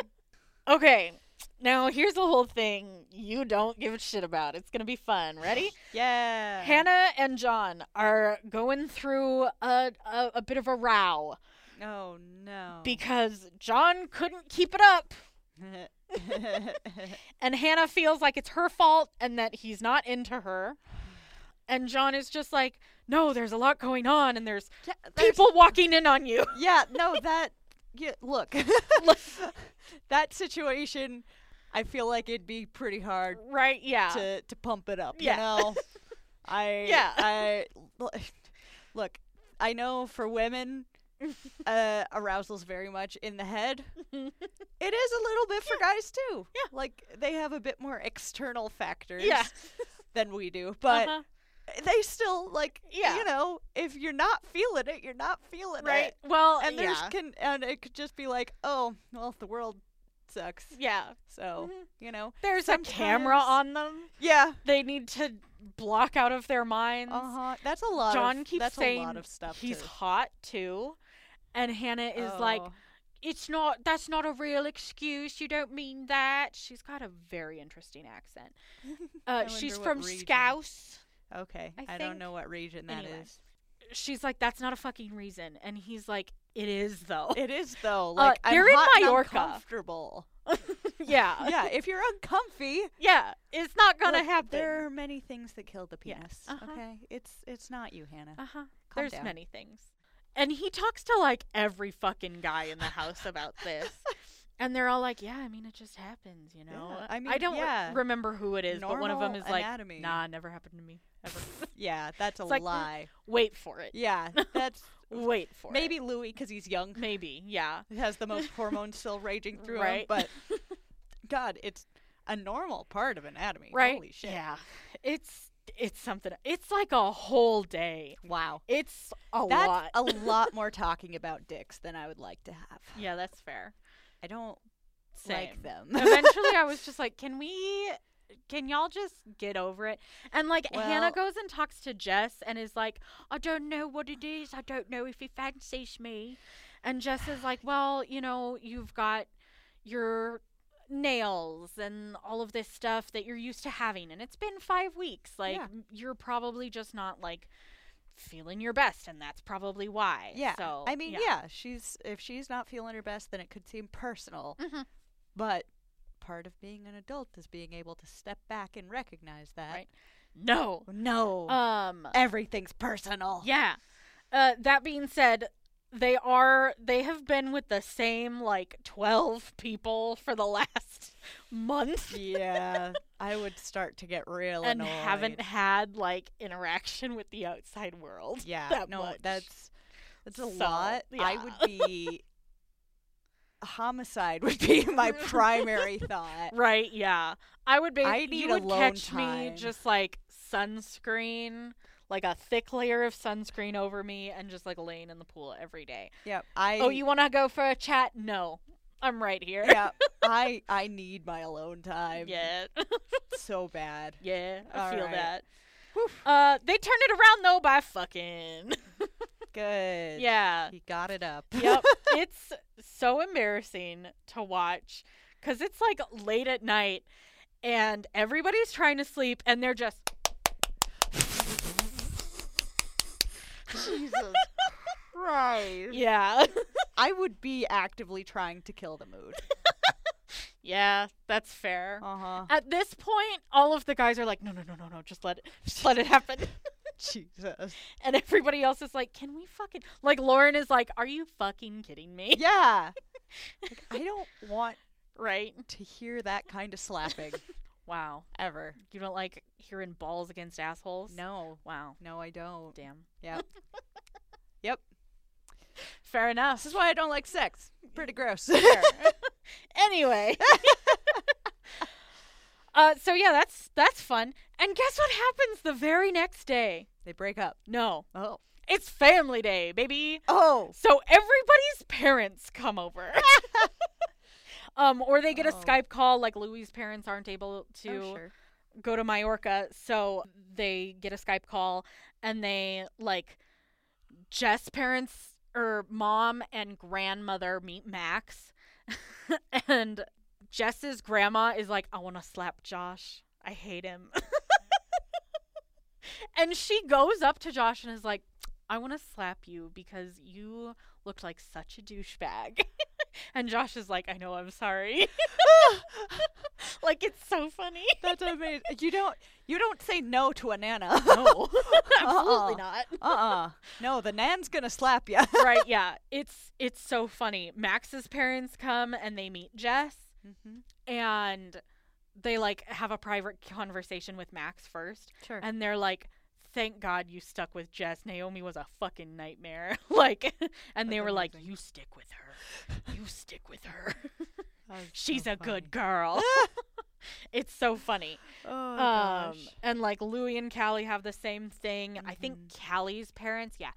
B: Okay. Now here's the whole thing you don't give a shit about. It's gonna be fun. Ready?
A: yeah.
B: Hannah and John are going through a, a a bit of a row
A: Oh no.
B: because John couldn't keep it up and Hannah feels like it's her fault and that he's not into her. And John is just like, "No, there's a lot going on and there's
A: Yeah, there's-
B: people walking in on you."
A: Yeah. No. That. Yeah. Look. that situation. I feel like it'd be pretty hard
B: right? Yeah.
A: to to pump it up.
B: Yeah.
A: You know, I
B: Yeah.
A: I l- look. I know for women, uh, arousal's very much in the head. it is a little bit for guys too.
B: Yeah.
A: like they have a bit more external factors
B: Yeah.
A: than we do, but
B: Uh-huh.
A: they still like.
B: Yeah.
A: you know, if you're not feeling it, you're not feeling
B: right.
A: it.
B: Well,
A: And there's
B: yeah.
A: can and it could just be like, oh, well, the world sucks.
B: yeah.
A: So
B: Mhm.
A: you know,
B: There's a camera
A: sometimes-
B: on them.
A: yeah.
B: They need to block out of their minds.
A: Uh huh. That's a lot.
B: John
A: of,
B: keeps
A: that's
B: saying
A: a lot of stuff.
B: He's
A: to-
B: hot too. And Hannah is like,
A: Oh.
B: "It's not that's not a real excuse. You don't mean that." She's got a very interesting accent. Uh,
A: I
B: she's
A: wonder what
B: from
A: region.
B: Scouse.
A: okay,
B: I
A: I, don't
B: think-
A: know what region that is.
B: anyway. She's like, "That's not a fucking reason." And he's like, "It is though."
A: It is though. Like I'm
B: they're Uh, in
A: hot and
B: Mallorca. Uh,
A: uncomfortable.
B: yeah.
A: yeah, if you're uncomfy,
B: Yeah. It's not going to
A: look,
B: happen.
A: There are many things that kill the
B: Yeah.
A: penis.
B: Uh-huh.
A: Okay, it's it's not you, Hannah.
B: Uh-huh.
A: Calm
B: There's
A: down.
B: many things. And he talks to like every fucking guy in the house about this. And they're all like, "Yeah, I mean, it just happens, you know."
A: Yeah, I
B: I
A: mean,
B: don't re-
A: yeah.
B: remember who it is, but one of them
A: Normal
B: is like,
A: anatomy.
B: "Nah, never happened to me ever."
A: yeah, that's a
B: It's like, mm,
A: lie.
B: Wait for it.
A: Yeah, that's
B: Wait for
A: maybe
B: it.
A: Louis because he's young
B: Maybe, maybe, yeah,
A: has the most hormones still raging through him.
B: Right.
A: But God, it's a normal part of anatomy.
B: right?
A: Holy shit.
B: Yeah, it's it's something. It's like a whole day.
A: Wow.
B: It's a
A: That's
B: lot.
A: a lot more talking about dicks than I would like to have.
B: yeah, that's fair.
A: I don't
B: Same.
A: like them.
B: Eventually, I was just like, "Can we? Can y'all just get over it?" And like Hannah
A: Well-
B: goes and talks to Jess and is like, "I don't know what it is. I don't know if he fancies me." And Jess is like, "Well, you know, you've got your nails and all of this stuff that you're used to having, and it's been five weeks. Like
A: Yeah.
B: you're probably just not like." feeling your best and that's probably why
A: yeah.
B: so
A: I mean, yeah. she's if she's not feeling her best, then it could seem personal.
B: Mhm.
A: But part of being an adult is being able to step back and recognize that. oh,
B: Right. no
A: No.
B: um
A: everything's personal.
B: Yeah. Uh, that being said, they are they have been with the same like twelve people for the last month
A: Yeah, I would start to get real
B: and
A: annoyed.
B: haven't had like interaction with the outside world.
A: yeah
B: that
A: no
B: much.
A: that's that's a
B: So,
A: lot i would
B: yeah.
A: be homicide would be my primary thought
B: Right? Yeah. I would be.
A: I
B: you
A: need
B: would
A: alone
B: catch me
A: time.
B: just like sunscreen, like a thick layer of sunscreen over me, and just like laying in the pool every day.
A: yeah i
B: oh, you want to go for a chat? No, I'm right here.
A: yeah i i need my alone time
B: yeah.
A: so bad
B: Yeah, I
A: All
B: feel
A: right.
B: that.
A: Whew.
B: Uh, they turned it around though by fucking.
A: good
B: yeah.
A: he got it up
B: Yep. it's so embarrassing to watch because it's like late at night and everybody's trying to sleep and they're just
A: Jesus Christ.
B: yeah
A: I would be actively trying to kill the mood.
B: yeah that's fair
A: Uh huh.
B: at this point all of the guys are like no no no no no just let it just let it happen
A: Jesus.
B: and everybody else is like can we fucking like lauren is like are you fucking kidding me
A: Yeah. Like, I don't want
B: right
A: to hear that kind of slapping
B: wow
A: ever.
B: you don't like hearing balls against assholes
A: No.
B: wow
A: No, I don't.
B: damn
A: Yep. Yep.
B: fair enough
A: This is why I don't like sex. Pretty gross.
B: anyway. uh, so yeah, that's that's fun. And guess what happens the very next day?
A: they break up.
B: No,
A: Oh.
B: it's family day, baby.
A: Oh.
B: So everybody's parents come over. um, or they get a
A: Oh.
B: Skype call. Like Louie's parents aren't able to go to Majorca, so they get a Skype call and they like Jess' parents or mom and grandmother meet Max, and Jess's grandma is like, "I want to slap Josh. I hate him." and she goes up to Josh and is like, "I want to slap you because you looked like such a douchebag." and Josh is like, "I know. I'm sorry." like it's so funny.
A: That's amazing. You don't you don't say no to a nana.
B: No, Uh-uh. absolutely not.
A: Uh uh No, the nan's gonna slap you.
B: right? Yeah, it's it's so funny. Max's parents come and they meet Jess,
A: mm-hmm.
B: and they like have a private conversation with Max first,
A: Sure.
B: and they're like. Thank God you stuck with Jess. Naomi was a fucking nightmare. like, and they
A: That's
B: were like,
A: amazing.
B: "You stick with her. You stick with her. She's a good girl." it's so funny.
A: Oh
B: um,
A: gosh.
B: and like Louie and Callie have the same thing. I think
A: Mm-hmm.
B: Callie's parents, yeah.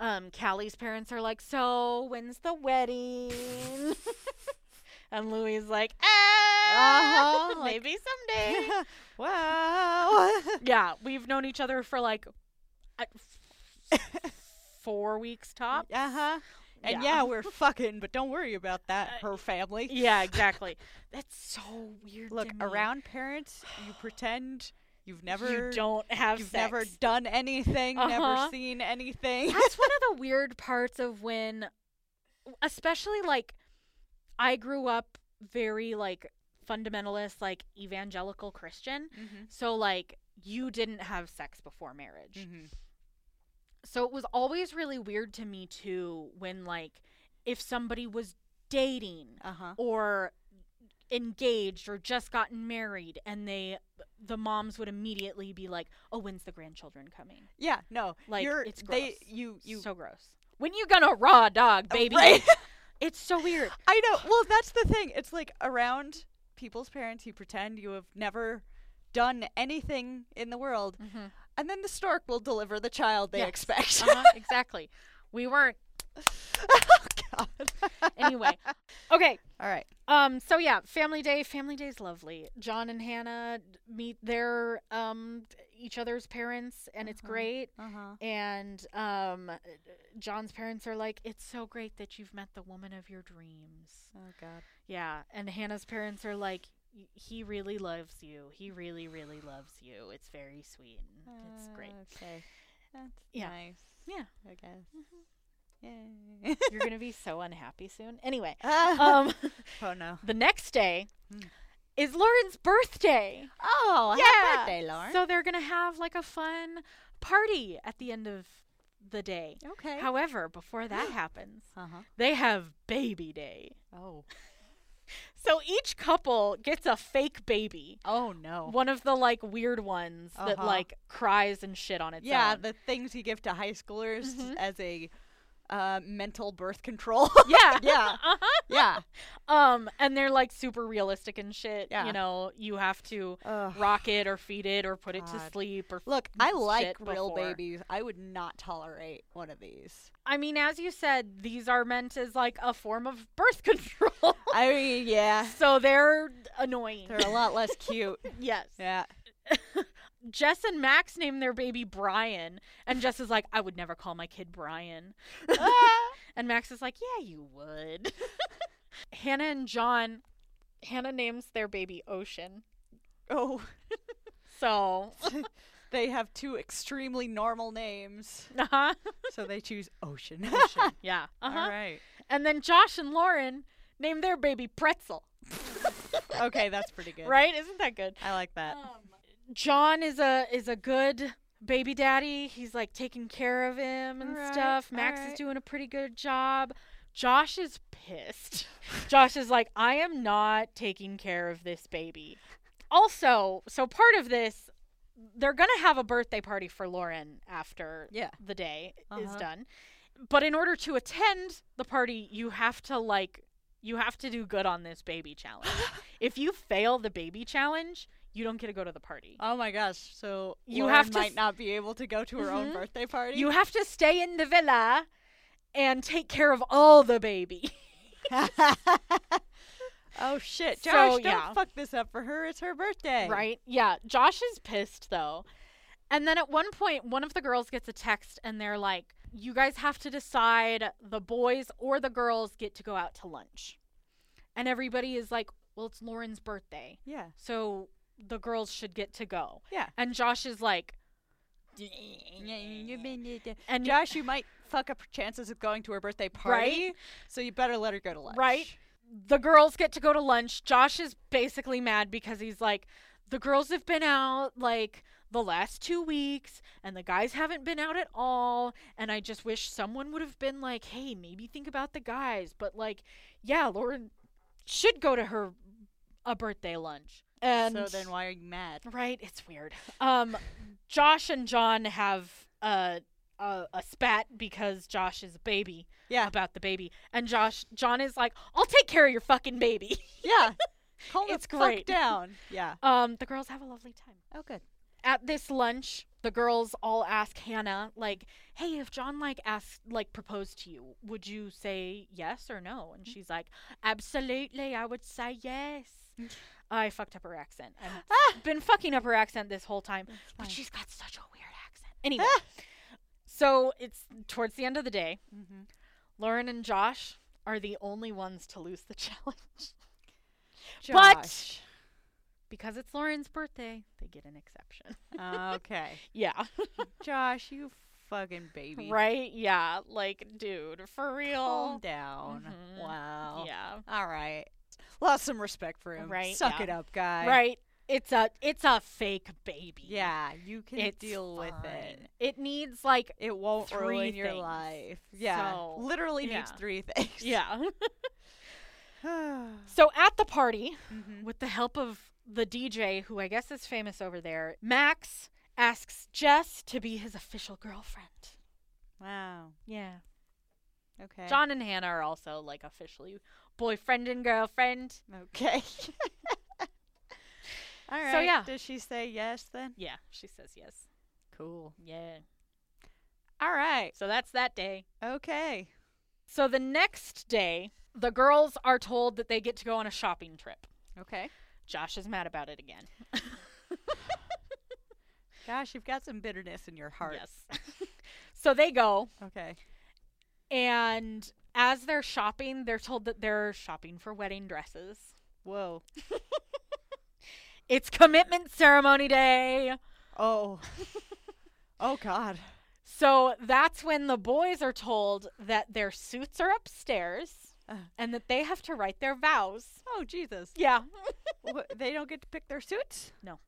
B: Um, Callie's parents are like, so when's the wedding? and Louie's like, ah,
A: Uh-huh, like-
B: maybe someday.
A: wow.
B: yeah, we've known each other for like uh, f- four weeks top.
A: Uh huh. And yeah. we're fucking, but don't worry about that.
B: Uh,
A: Her family.
B: yeah, exactly. That's so weird.
A: Look
B: to me.
A: around parents. You pretend you've never.
B: You don't have
A: You've
B: sex.
A: never done anything.
B: Uh-huh.
A: Never seen anything.
B: That's one of the weird parts of when, especially like, I grew up very like fundamentalist, like evangelical Christian.
A: mm-hmm.
B: So like, you didn't have sex before marriage.
A: Mm-hmm.
B: So it was always really weird to me too when like, if somebody was dating
A: Uh huh.
B: or engaged or just gotten married and they the moms would immediately be like oh when's the grandchildren coming
A: Yeah. No.
B: Like,
A: You're,
B: it's
A: They.
B: gross.
A: You. You.
B: so gross. When you gonna raw dog,
A: Oh,
B: baby?
A: right.
B: It's so weird.
A: I know. Well, that's the thing. It's like around people's parents, you pretend you have never done anything in the world,
B: Mm-hmm.
A: and then the stork will deliver the child they
B: Yes.
A: expect.
B: Uh-huh, exactly. We weren't
A: oh God.
B: anyway. Okay.
A: All right.
B: Um. So yeah, family day. Family day's lovely. John and Hannah d- meet their um each other's parents, and it's
A: Uh-huh.
B: great.
A: Uh huh.
B: And um, John's parents are like, "It's so great that you've met the woman of your dreams."
A: Oh God.
B: Yeah, and Hannah's parents are like, "Y- "He really loves you. He really, really loves you. It's very sweet. And it's great."
A: Uh, Okay. That's
B: Yeah.
A: nice.
B: Yeah.
A: I guess. Mm-hmm.
B: You're gonna be so unhappy soon. Anyway,
A: Yay.
B: um,
A: oh no.
B: the next day
A: Mm.
B: is Lauren's birthday.
A: Oh,
B: Yeah.
A: happy birthday, Lauren.
B: So they're gonna have like a fun party at the end of the day.
A: okay.
B: However, before that happens,
A: uh huh.
B: they have baby day.
A: Oh.
B: So each couple gets a fake baby.
A: Oh no.
B: One of the like weird ones that
A: Uh-huh.
B: like cries and shit on its
A: yeah,
B: own.
A: the things you give to high schoolers
B: Mhm.
A: as a uh, mental birth control.
B: yeah.
A: yeah.
B: Uh-huh.
A: yeah.
B: Um, and they're like super realistic and shit.
A: Yeah.
B: You know, you have to
A: Ugh.
B: rock it or feed it or put it to
A: God.
B: sleep or
A: Look, I
B: shit
A: like real
B: before.
A: babies. I would not tolerate one of these.
B: I mean, as you said, these are meant as like a form of birth control.
A: I mean, yeah,
B: so they're annoying.
A: they're a lot less cute.
B: yes.
A: Yeah.
B: Jess and Max named their baby Brian, and Jess is like, I would never call my kid Brian. And Max is like, Yeah, you would. Hannah and John, Hannah names their baby Ocean.
A: oh,
B: So,
A: they have two extremely normal names,
B: uh-huh.
A: so they choose Ocean.
B: yeah. Uh-huh.
A: All right.
B: And then Josh and Lauren named their baby Pretzel.
A: Okay, that's pretty good.
B: Right? Isn't that good?
A: I like that.
B: John is a is a good baby daddy. He's like taking care of him and
A: Alright,
B: stuff. Max
A: alright.
B: is doing a pretty good job. Josh is pissed. Josh is like, I am not taking care of this baby. Also, so part of this, they're gonna have a birthday party for Lauren after
A: Yeah.
B: the day is
A: Uh-huh.
B: done. But in order to attend the party, you have to like you have to do good on this baby challenge. if you fail the baby challenge, you don't get to go to the party.
A: Oh my gosh. So
B: You
A: Lauren
B: have to
A: might
B: s-
A: not be able to go to her own
B: Mhm.
A: birthday party.
B: You have to stay in the villa and take care of all the baby.
A: oh shit,
B: So,
A: Josh! don't
B: yeah.
A: fuck this up for her. It's her birthday.
B: Right? Yeah. Josh is pissed though. And then at one point, one of the girls gets a text and they're like, you guys have to decide the boys or the girls get to go out to lunch. And everybody is like, well, it's Lauren's birthday.
A: Yeah.
B: So the girls should get to go.
A: Yeah.
B: And Josh is like, and
A: Josh, you might fuck up her chances of going to her birthday party. So you better let her go to lunch.
B: Right? the girls get to go to lunch. Josh is basically mad because he's like, the girls have been out like the last two weeks, and the guys haven't been out at all. And I just wish someone would have been like, hey, maybe think about the guys. But like, yeah, Lauren should go to her a birthday lunch. And
A: so then why are you mad?
B: Right, it's weird. Um, Josh and John have a, a a spat because Josh is a baby.
A: Yeah.
B: about the baby, and Josh John is like, "I'll take care of your fucking baby."
A: Yeah. Calm
B: It's
A: the fuck
B: great.
A: down. Yeah.
B: Um, the girls have a lovely time
A: Oh, good.
B: at this lunch. The girls all ask Hannah, like, "Hey, if John like asked like proposed to you, would you say yes or no?"
A: Mm.
B: And she's like, "Absolutely, I would say yes." I fucked up her accent. I'm
A: Mm. Ah,
B: been fucking up her accent this whole time, but
A: fine.
B: she's got such a weird accent. Anyway, so it's towards the end of the day.
A: mm-hmm.
B: Lauren and Josh are the only ones to lose the challenge
A: Josh.
B: because it's Lauren's birthday. They get an exception.
A: okay.
B: Yeah,
A: Josh, you fucking baby.
B: right. Yeah, like dude, for
A: Calm
B: real.
A: down.
B: Mhm.
A: Wow.
B: Yeah,
A: All right. Lost some respect for him.
B: Right,
A: Suck
B: yeah.
A: it up, guy.
B: right. It's a it's a fake baby.
A: Yeah, you can
B: it's
A: deal with
B: fine.
A: it.
B: It needs like
A: It won't
B: Three
A: ruin your
B: things.
A: life. Yeah.
B: So,
A: Literally needs
B: yeah.
A: three things.
B: yeah.
A: mm-hmm.
B: so at the party, with the help of the DJ, who I guess is famous over there, Max asks Jess to be his official girlfriend.
A: Wow.
B: Yeah.
A: Okay.
B: John and Hannah are also like officially boyfriend and girlfriend.
A: Okay. All right.
B: So, yeah.
A: Does she say yes then?
B: Yeah, she says yes.
A: Cool.
B: Yeah.
A: All right.
B: So that's that day.
A: Okay.
B: So the next day, the girls are told that they get to go on a shopping trip.
A: Okay.
B: Josh is mad about it again.
A: Gosh, you've got some bitterness in your heart.
B: Yes. so they go,
A: Okay.
B: and as they're shopping, they're told that they're shopping for wedding dresses.
A: Whoa.
B: It's commitment ceremony day.
A: Oh. oh God.
B: So that's when the boys are told that their suits are upstairs
A: Uh.
B: and that they have to write their vows.
A: Oh Jesus.
B: Yeah.
A: Wha- they don't get to pick their suits?
B: No.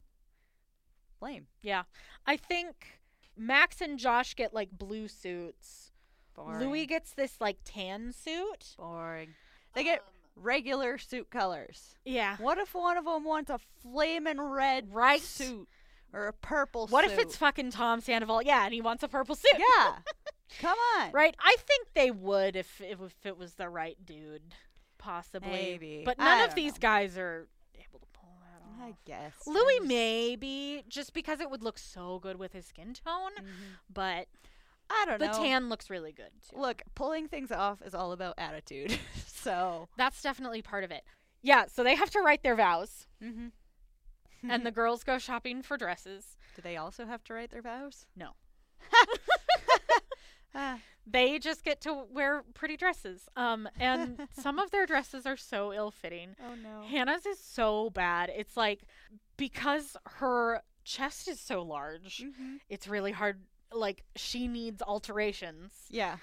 A: Lame.
B: Yeah. I think Max and Josh get like blue suits.
A: Boring.
B: Louis gets this like tan suit.
A: Boring. They get
B: Um,
A: regular suit colors.
B: Yeah.
A: What if one of them wants a flaming red
B: Right.
A: suit or a purple
B: What
A: suit?
B: if it's fucking Tom Sandoval? Yeah, and he wants a purple suit.
A: Yeah. Come on.
B: Right? I think they would if if, if it was the right dude, possibly.
A: Maybe.
B: But
A: I
B: none of
A: don't
B: these
A: know.
B: guys are able to pull that off.
A: I guess.
B: Louis
A: I'm just-
B: maybe just because it would look so good with his skin tone,
A: Mhm.
B: but
A: I don't
B: the
A: know.
B: tan looks really good too.
A: Look, pulling things off is all about attitude. so
B: That's definitely part of it. Yeah, so they have to write their vows.
A: mm-hmm.
B: and the girls go shopping for dresses.
A: Do they also have to write their vows?
B: No.
A: Ah,
B: They just get to wear pretty dresses. Um, and some of their dresses are so ill fitting.
A: oh no.
B: Hannah's is so bad. It's like because her chest is so large,
A: Mhm.
B: it's really hard. Like she needs alterations,
A: Yeah.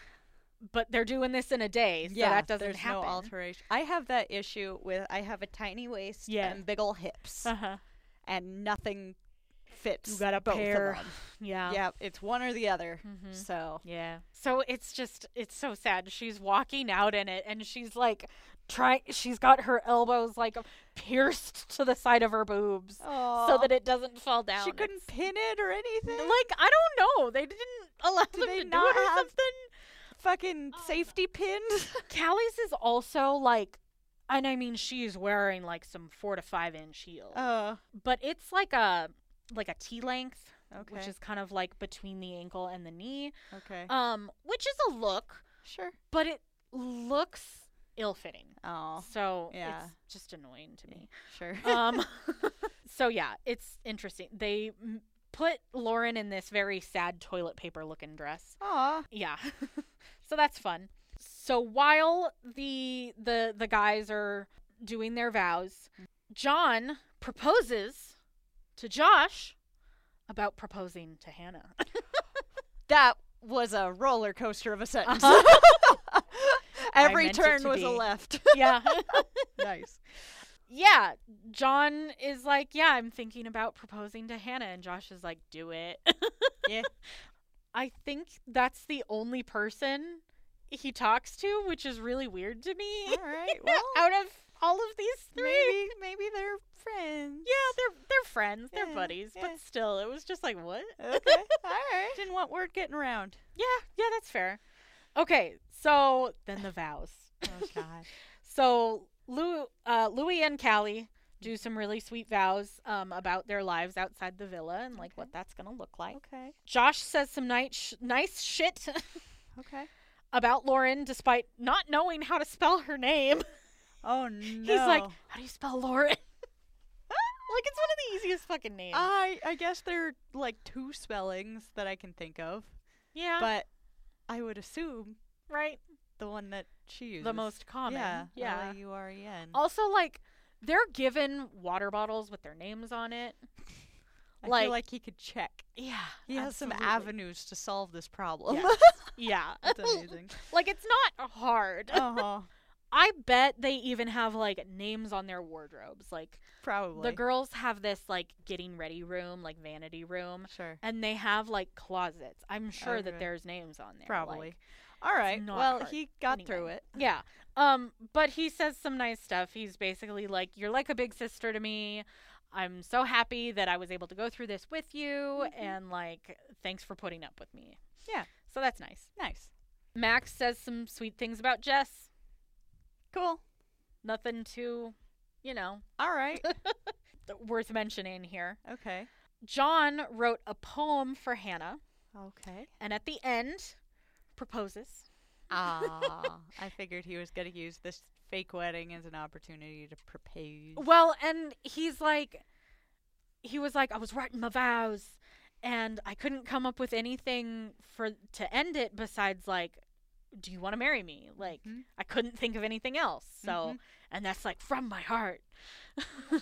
B: but they're doing this in a day, so
A: yeah.
B: that doesn't
A: there's
B: happen.
A: no alteration. I have that issue with I have a tiny waist
B: Yeah.
A: and big ol' hips,
B: Uh-huh.
A: and nothing fits.
B: You got a
A: both
B: pair.
A: Of them.
B: Yeah.
A: yeah, it's one or the other.
B: Mhm.
A: So
B: Yeah. So it's just it's so sad. She's walking out in it and she's like trying she's got her elbows like pierced to the side of her boobs so that it doesn't fall down.
A: she couldn't pin it or
B: It's-
A: anything.
B: like I don't know. They didn't allow
A: Do
B: them
A: they
B: to
A: not
B: do it or
A: have-
B: something.
A: Fucking
B: Oh, no.
A: safety pins.
B: Callie's is also like and I mean she's wearing like some 4 to 5 inch heels.
A: Oh,
B: but it's like a like a T length,
A: okay.
B: which is kind of like between the ankle and the knee.
A: okay.
B: Um which is a look.
A: sure.
B: but it looks ill fitting.
A: Oh,
B: So
A: yeah.
B: it's just annoying to
A: Yeah.
B: me.
A: sure.
B: um, so yeah, it's interesting. They m- put Lauren in this very sad toilet paper looking dress.
A: Aw.
B: Yeah. so that's fun. So while the the the guys are doing their vows, John proposes to Josh about proposing to Hannah.
A: That was a roller coaster of a sentence.
B: I Uh-huh.
A: Every
B: meant it
A: turn
B: to
A: was a
B: be.
A: left.
B: yeah.
A: nice.
B: yeah, John is like, yeah, I'm thinking about proposing to Hannah, and Josh is like, do it.
A: Yeah.
B: I think that's the only person he talks to, which is really weird to me.
A: All right. Mm, Well,
B: Out of all of these three,
A: maybe maybe they're friends.
B: yeah, they're they're friends, they're
A: Yeah,
B: buddies,
A: yeah.
B: but still, it was just like, what?
A: Okay. All right. Didn't want word getting around.
B: Yeah, yeah, that's fair. Okay, so then the vows.
A: Oh God.
B: So Lou, uh, Louis and Callie do some really sweet vows um, about their lives outside the villa and like
A: Okay.
B: what that's gonna look like.
A: okay.
B: Josh says some nice, sh- nice shit
A: Okay.
B: about Lauren, despite not knowing how to spell her name.
A: Oh no.
B: He's like, "How do you spell Lauren?" like it's one of the easiest fucking names.
A: I I guess there are like two spellings that I can think of,
B: yeah,
A: but I would assume
B: right.
A: the one that she uses.
B: The most common.
A: Yeah.
B: yeah.
A: L A U R E N.
B: Also, like they're given water bottles with their names on it.
A: I feel like he could check.
B: yeah,
A: He has some
B: absolutely.
A: avenues to solve this problem.
B: Yes. Yeah,
A: That's amazing.
B: like it's not hard.
A: uh-huh.
B: I bet they even have like names on their wardrobes. Like
A: Probably.
B: the girls have this like getting ready room, like vanity room,
A: Sure.
B: and they have like closets. I'm sure that
A: Okay.
B: there's names on there.
A: Probably.
B: like-
A: All right.
B: not
A: Well,
B: hard
A: he got through
B: anyway.
A: it.
B: yeah. Um, but he says some nice stuff. He's basically like, "You're like a big sister to me. I'm so happy that I was able to go through this with you,
A: Mhm.
B: and like, thanks for putting up with me."
A: Yeah.
B: So that's nice.
A: Nice.
B: Max says some sweet things about Jess.
A: Cool.
B: Nothing too, you know,
A: All right.
B: th- worth mentioning here.
A: okay.
B: John wrote a poem for Hannah,
A: Okay.
B: and at the end, proposes.
A: Ah, I figured he was going to use this fake wedding as an opportunity to propose.
B: Well, and he's like, he was like, I was writing my vows, and I couldn't come up with anything for to end it besides like, do you want to marry me? Like,
A: Mhm.
B: I couldn't think of anything else. So, and that's like from my heart.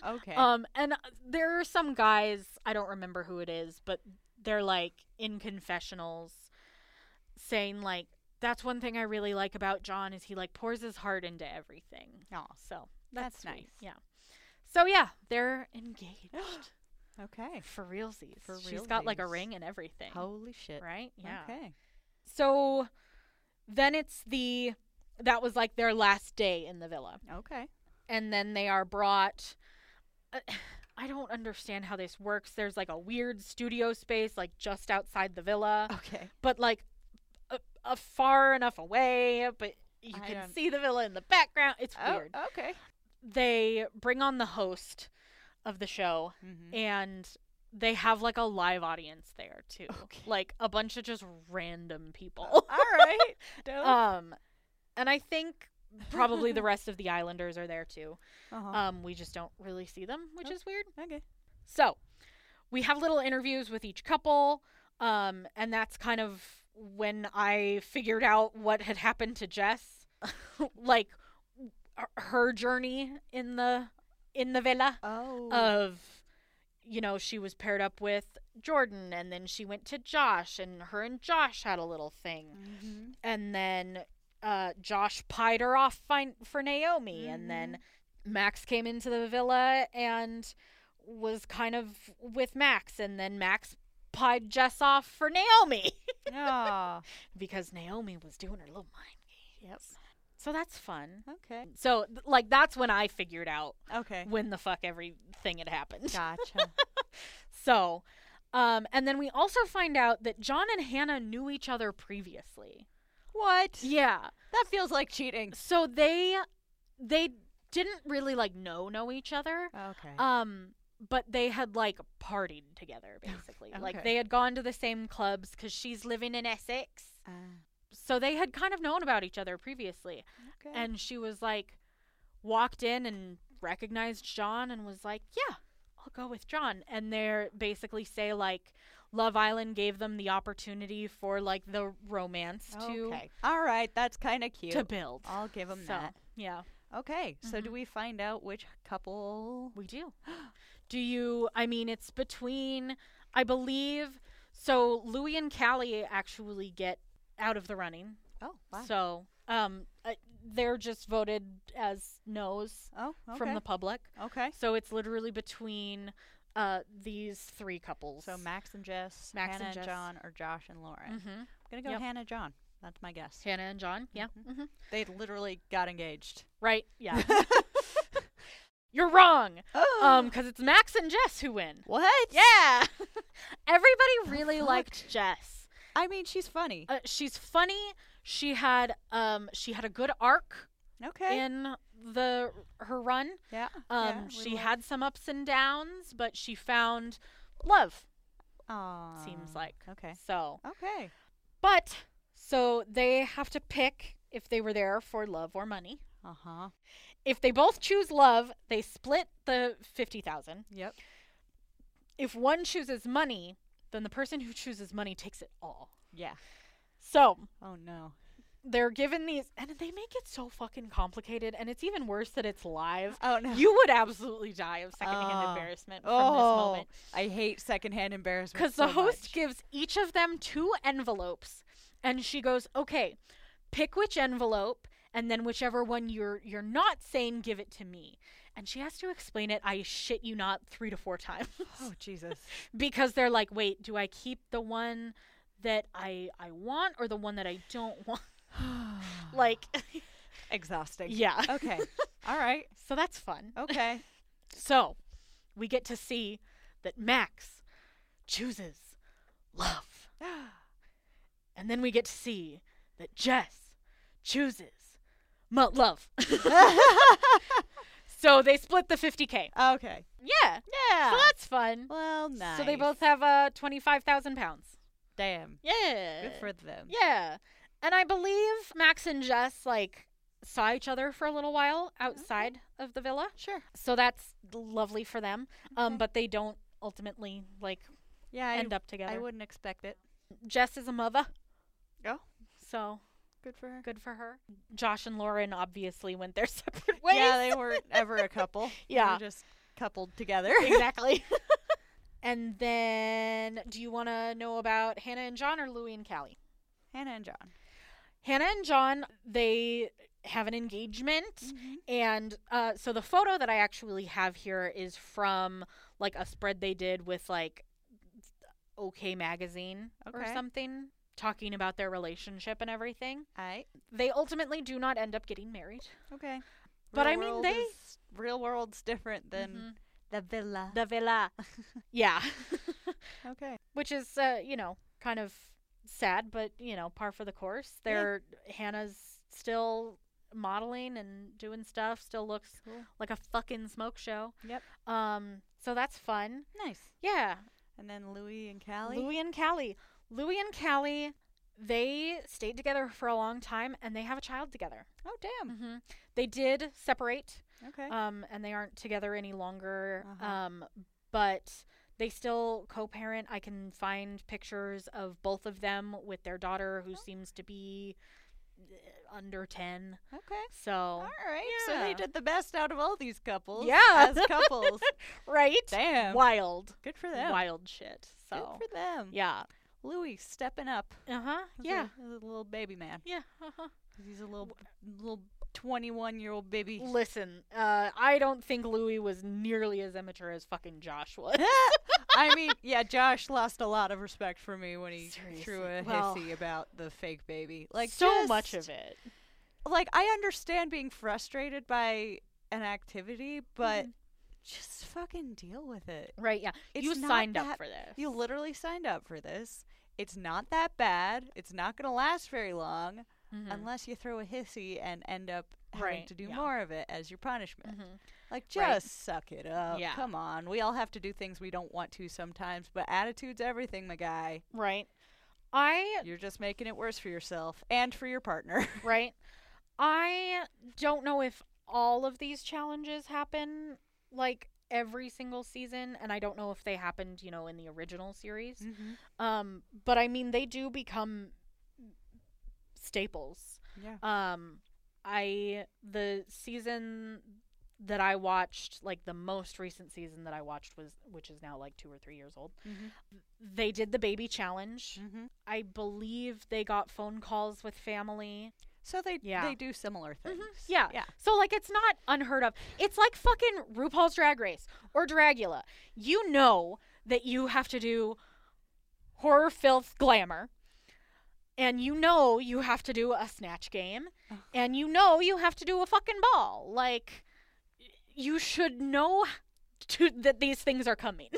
A: Okay.
B: Um, and uh, there are some guys I don't remember who it is, but they're like in confessionals, saying like that's one thing I really like about John is he like pours his heart into everything.
A: Aw.
B: So
A: That's
B: that's, sweet.
A: nice.
B: Yeah. So yeah, they're engaged
A: okay.
B: for realsies.
A: For
B: She's got like a
A: realsies.
B: ring and everything,
A: Holy shit.
B: right? Yeah.
A: Okay.
B: So then it's the that was like their last day in the villa
A: Okay.
B: and then they are brought uh, I don't understand how this works. There's like a weird studio space like just outside the villa,
A: Okay.
B: but like a, a far enough away, but you
A: I
B: can
A: don't-
B: see the villa in the background. It's weird.
A: Oh, okay.
B: They bring on the host of the show
A: Mm-hmm.
B: and they have like a live audience there too.
A: Okay.
B: Like a bunch of just random people.
A: All right. Dope.
B: um and I think probably the rest of the islanders are there too.
A: Uh-huh.
B: Um, we just don't really see them, which
A: Oh.
B: is weird.
A: okay.
B: So we have little interviews with each couple, um, and that's kind of when I figured out what had happened to Jess, like h- her journey in the in the villa
A: Oh.
B: of you know she was paired up with Jordan and then she went to Josh and her and Josh had a little thing
A: Mhm.
B: and then uh, Josh pied her off fin- for Naomi, and
A: Mm-hmm.
B: then Max came into the villa and was kind of with Max, and then Max pied Jess off for Naomi
A: Mm-hmm. Aw.
B: because Naomi was doing her little mind games.
A: Yep.
B: So that's fun.
A: Okay.
B: So th- like that's when I figured out
A: Okay.
B: when the fuck everything had happened.
A: Gotcha.
B: So, um, and then we also find out that John and Hannah knew each other previously.
A: what?
B: Yeah.
A: That feels like cheating.
B: so they they didn't really like know know each other
A: Okay.
B: um but they had like partied together basically like
A: Okay.
B: they had gone to the same clubs because she's living in essex
A: Uh,
B: so they had kind of known about each other previously
A: okay.
B: and she was like walked in and recognized john and was like yeah i'll go with john and they're basically say like love island gave them the opportunity for like the romance to
A: okay. All right. That's kind of cute.
B: to build
A: I'll give them
B: so
A: that.
B: yeah
A: Okay. So do
B: Mhm.
A: we find out which couple?
B: We do. do you? I mean, it's between, I believe. So Louis and Callie actually get out of the running.
A: Oh. Wow.
B: So um, uh, they're just voted as no's
A: oh. Okay.
B: from the public.
A: okay.
B: So it's literally between uh, these three couples.
A: So Max and Jess,
B: Max
A: Hannah
B: and Jess.
A: John, or Josh and Lauren. I'm
B: Mhm.
A: gonna go
B: Yep.
A: Hannah John. That's my guess.
B: Hannah and John. Yeah.
A: Mm-hmm.
B: hmm
A: They literally got engaged.
B: Right. Yeah. You're wrong. Um, because it's Max and Jess who win.
A: What?
B: Yeah. Everybody really
A: fuck?
B: liked Jess.
A: I mean, she's funny.
B: uh, she's funny. She had um she had a good arc
A: okay.
B: in the her run.
A: yeah.
B: Uh, Um
A: yeah, we
B: she
A: love-
B: had some ups and downs, but she found love
A: Aw.
B: seems like.
A: Um, Okay.
B: So,
A: Okay.
B: but so they have to pick if they were there for love or money.
A: Uh huh.
B: If they both choose love, they split the 50,000.
A: Yep.
B: If one chooses money, then the person who chooses money takes it all.
A: Yeah.
B: So,
A: Oh no.
B: they're given these and they make it so fucking complicated and it's even worse that it's live
A: Oh no.
B: you would absolutely die of secondhand
A: Oh.
B: embarrassment from
A: oh,
B: this moment
A: I hate secondhand embarrassment.
B: because
A: Because
B: the host gives each of them two envelopes and she goes okay pick which envelope and then whichever one you're you're not saying give it to me and she has to explain it i shit you not three to four times
A: Oh Jesus.
B: because they're like wait do i keep the one that i i want or the one that i don't want
A: Ah.
B: like
A: Exhausting.
B: yeah
A: Okay. All right.
B: So that's fun.
A: Okay.
B: So we get to see that Max chooses love. And then we get to see that Jess chooses mu- love. so they split the 50K.
A: okay.
B: Yeah.
A: Yeah.
B: So that's fun.
A: Well, nice.
B: So they both have uh, 25,000 pounds.
A: Damn.
B: Yeah.
A: Good for them.
B: Uh, Yeah. And I believe Max and Jess, like, saw each other for a little while outside of the villa.
A: Sure.
B: So that's lovely for them. Um,
A: Okay.
B: but they don't ultimately like
A: Yeah. I,
B: end up together.
A: I wouldn't expect it.
B: Jess is a mother.
A: Oh.
B: So
A: Good for her.
B: good for her. Josh and Lauren obviously went their separate ways.
A: Yeah, they weren't ever a couple. They were
B: Yeah.
A: just coupled together.
B: exactly. and then, do you want to know about Hannah and John or Louie and Callie?
A: Hannah and John.
B: Hannah and John, they have an engagement.
A: Mm-hmm.
B: And uh, so the photo that I actually have here is from like a spread they did with like OK Magazine or
A: Okay.
B: something, talking about their relationship and everything.
A: I
B: They ultimately do not end up getting married.
A: okay.
B: But
A: Real
B: I mean,
A: world
B: they-
A: is- real world's different than
B: Mhm.
A: the villa.
B: the villa. yeah.
A: okay.
B: Which is, uh, you know, kind of sad, but, you know, par for the course.
A: Yeah.
B: They're, Hannah's still modeling and doing stuff, still looks
A: Cool.
B: like a fucking smoke show.
A: Yep.
B: Um, so that's fun.
A: Nice.
B: Yeah.
A: And then Louie and Callie.
B: Louis and Callie. Louis and Callie, they stayed together for a long time and they have a child together.
A: Oh damn.
B: hmm They did separate
A: Okay.
B: Mm. Uh, um, and they aren't together any longer.
A: Uh-huh.
B: Um, but they still co-parent. I can find pictures of both of them with their daughter,
A: Oh.
B: who seems to be uh, under ten.
A: Okay.
B: So
A: All right. So they
B: yeah.
A: did the best out of all these couples.
B: Yeah.
A: As couples.
B: right,
A: Damn.
B: wild,
A: Good for them.
B: wild shit.
A: Good
B: So
A: for them.
B: yeah,
A: Louis stepping up.
B: uh huh,
A: as a-
B: yeah,
A: as a little baby man.
B: yeah. Uh-huh.
A: 'Cause He's a little little 21 year old baby.
B: Listen, uh, I don't think Louis was nearly as immature as fucking Josh was.
A: I mean, yeah, Josh lost a lot of respect for me when he threw
B: Seriously.
A: a
B: Well,
A: hissy about the fake baby. Like
B: so much
A: just-
B: of it.
A: Like I understand being frustrated by an activity, but just fucking deal with it.
B: Right, yeah.
A: It's
B: Mm. you
A: not
B: signed
A: that-
B: up for this.
A: You literally signed up for this. It's not that bad. It's not going to last very long
B: Mhm,
A: unless you throw a hissy and end up having
B: Right,
A: to do
B: yeah.
A: more of it as your punishment.
B: mhm.
A: Like, just
B: Right.
A: suck it up.
B: Yeah.
A: Come on. We all have to do things we don't want to sometimes, but attitude's everything, my guy.
B: Right. I
A: You're just making it worse for yourself and for your partner.
B: right. I don't know if all of these challenges happen like every single season and I don't know if they happened, you know, in the original series. Um but I mean they do become staples.
A: Yeah.
B: Um, I the season that I watched, like the most recent season that I watched was, which is now like two or three years old.
A: Mhm.
B: They did the baby challenge.
A: hmm
B: I believe they got phone calls with family.
A: So they
B: Yeah. Mm-hmm.
A: they do similar things.
B: Yeah.
A: Yeah.
B: So like it's not unheard of. It's like fucking RuPaul's Drag Race or Dragula. You know that you have to do horror, filth, glamour. And you know you have to do a snatch game.
A: Ugh.
B: And you know you have to do a fucking ball. Like you should know to, that these things are coming.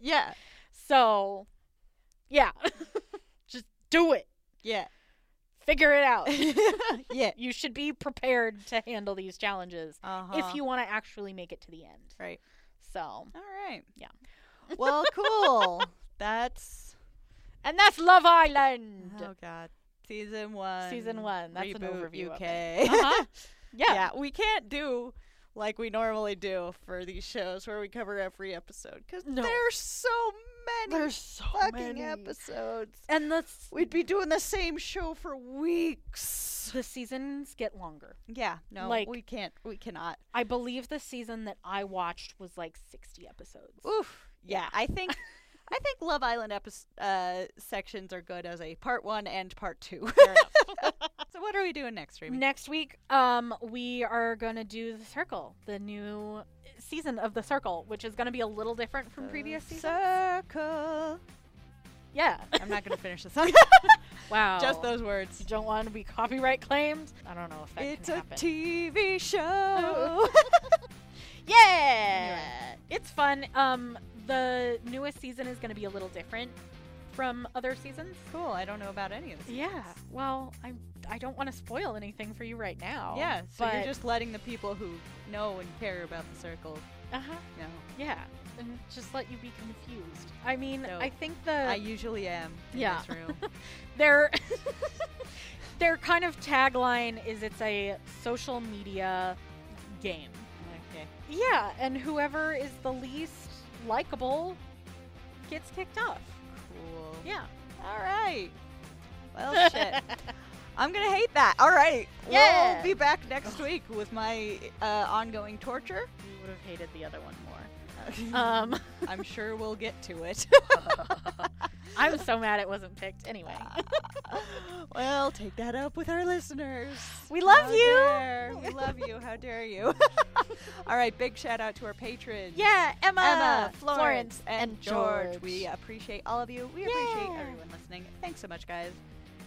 A: Yeah.
B: So yeah. Just do it.
A: Yeah.
B: Figure it out.
A: yeah.
B: you should be prepared to handle these challenges
A: Uh-huh.
B: if you want to actually make it to the end.
A: Right.
B: So,
A: All right.
B: Yeah.
A: Well, cool. That's
B: and that's Love Island.
A: oh god, season one.
B: Season one. That's an
A: reboot
B: overview of
A: UK.
B: Uh-huh. Yeah.
A: yeah. we can't do like we normally do for these shows where we cover every episode because
B: No.
A: there's so many
B: There's so
A: fucking
B: many.
A: episodes.
B: And the s-
A: We'd be doing the same show for weeks.
B: the seasons get longer.
A: Yeah, no,
B: Like-
A: we can't. We cannot.
B: I believe the season that I watched was like 60 episodes.
A: Oof. Yeah, I think. I think Love Island epis uh, sections are good as a part one and part two.
B: Fair enough.
A: So what are we doing next, Remy?
B: Next week, um, we are gonna do the Circle, the new uh, season of the Circle, which is gonna be a little different from previous seasons.
A: Circle.
B: Yeah.
A: I'm not gonna finish the song. Oh.
B: Wow.
A: Just those words.
B: You don't want to be copyright claimed. I don't know if that
A: It's
B: can
A: a
B: happen.
A: TV show.
B: Yeah, it's fun. Um, the newest season is going to be a little different from other seasons.
A: cool. I don't know about any of this.
B: Yeah. Well, I I don't want to spoil anything for you right now.
A: Yeah. So
B: but,
A: you're just letting the people who know and care about the circle
B: uh-huh,
A: know.
B: yeah, and just let you be confused. I mean,
A: So,
B: I think the
A: I usually am in
B: Uh, yeah.
A: this room.
B: their their kind of tagline is it's a social media game.
A: okay.
B: Yeah, and whoever is the least likable gets kicked off.
A: Cool.
B: Yeah.
A: All right. Well, shit. I'm gonna hate that. All right.
B: Yeah.
A: We'll be back next week with my uh, ongoing torture.
B: You would have hated the other one more. Um,
A: I'm sure we'll get to it.
B: I'm so mad it wasn't picked. Anyway,
A: well, take that up with our listeners.
B: We love
A: How
B: you.
A: dare- We love you. How dare you? All right, big shout out to our patrons.
B: yeah, Emma,
A: Emma, Florence, and, George. We appreciate all of you. We appreciate
B: Yeah.
A: everyone listening. Thanks so much, guys.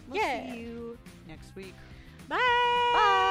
A: We'll
B: Yeah.
A: see you next week.
B: Bye.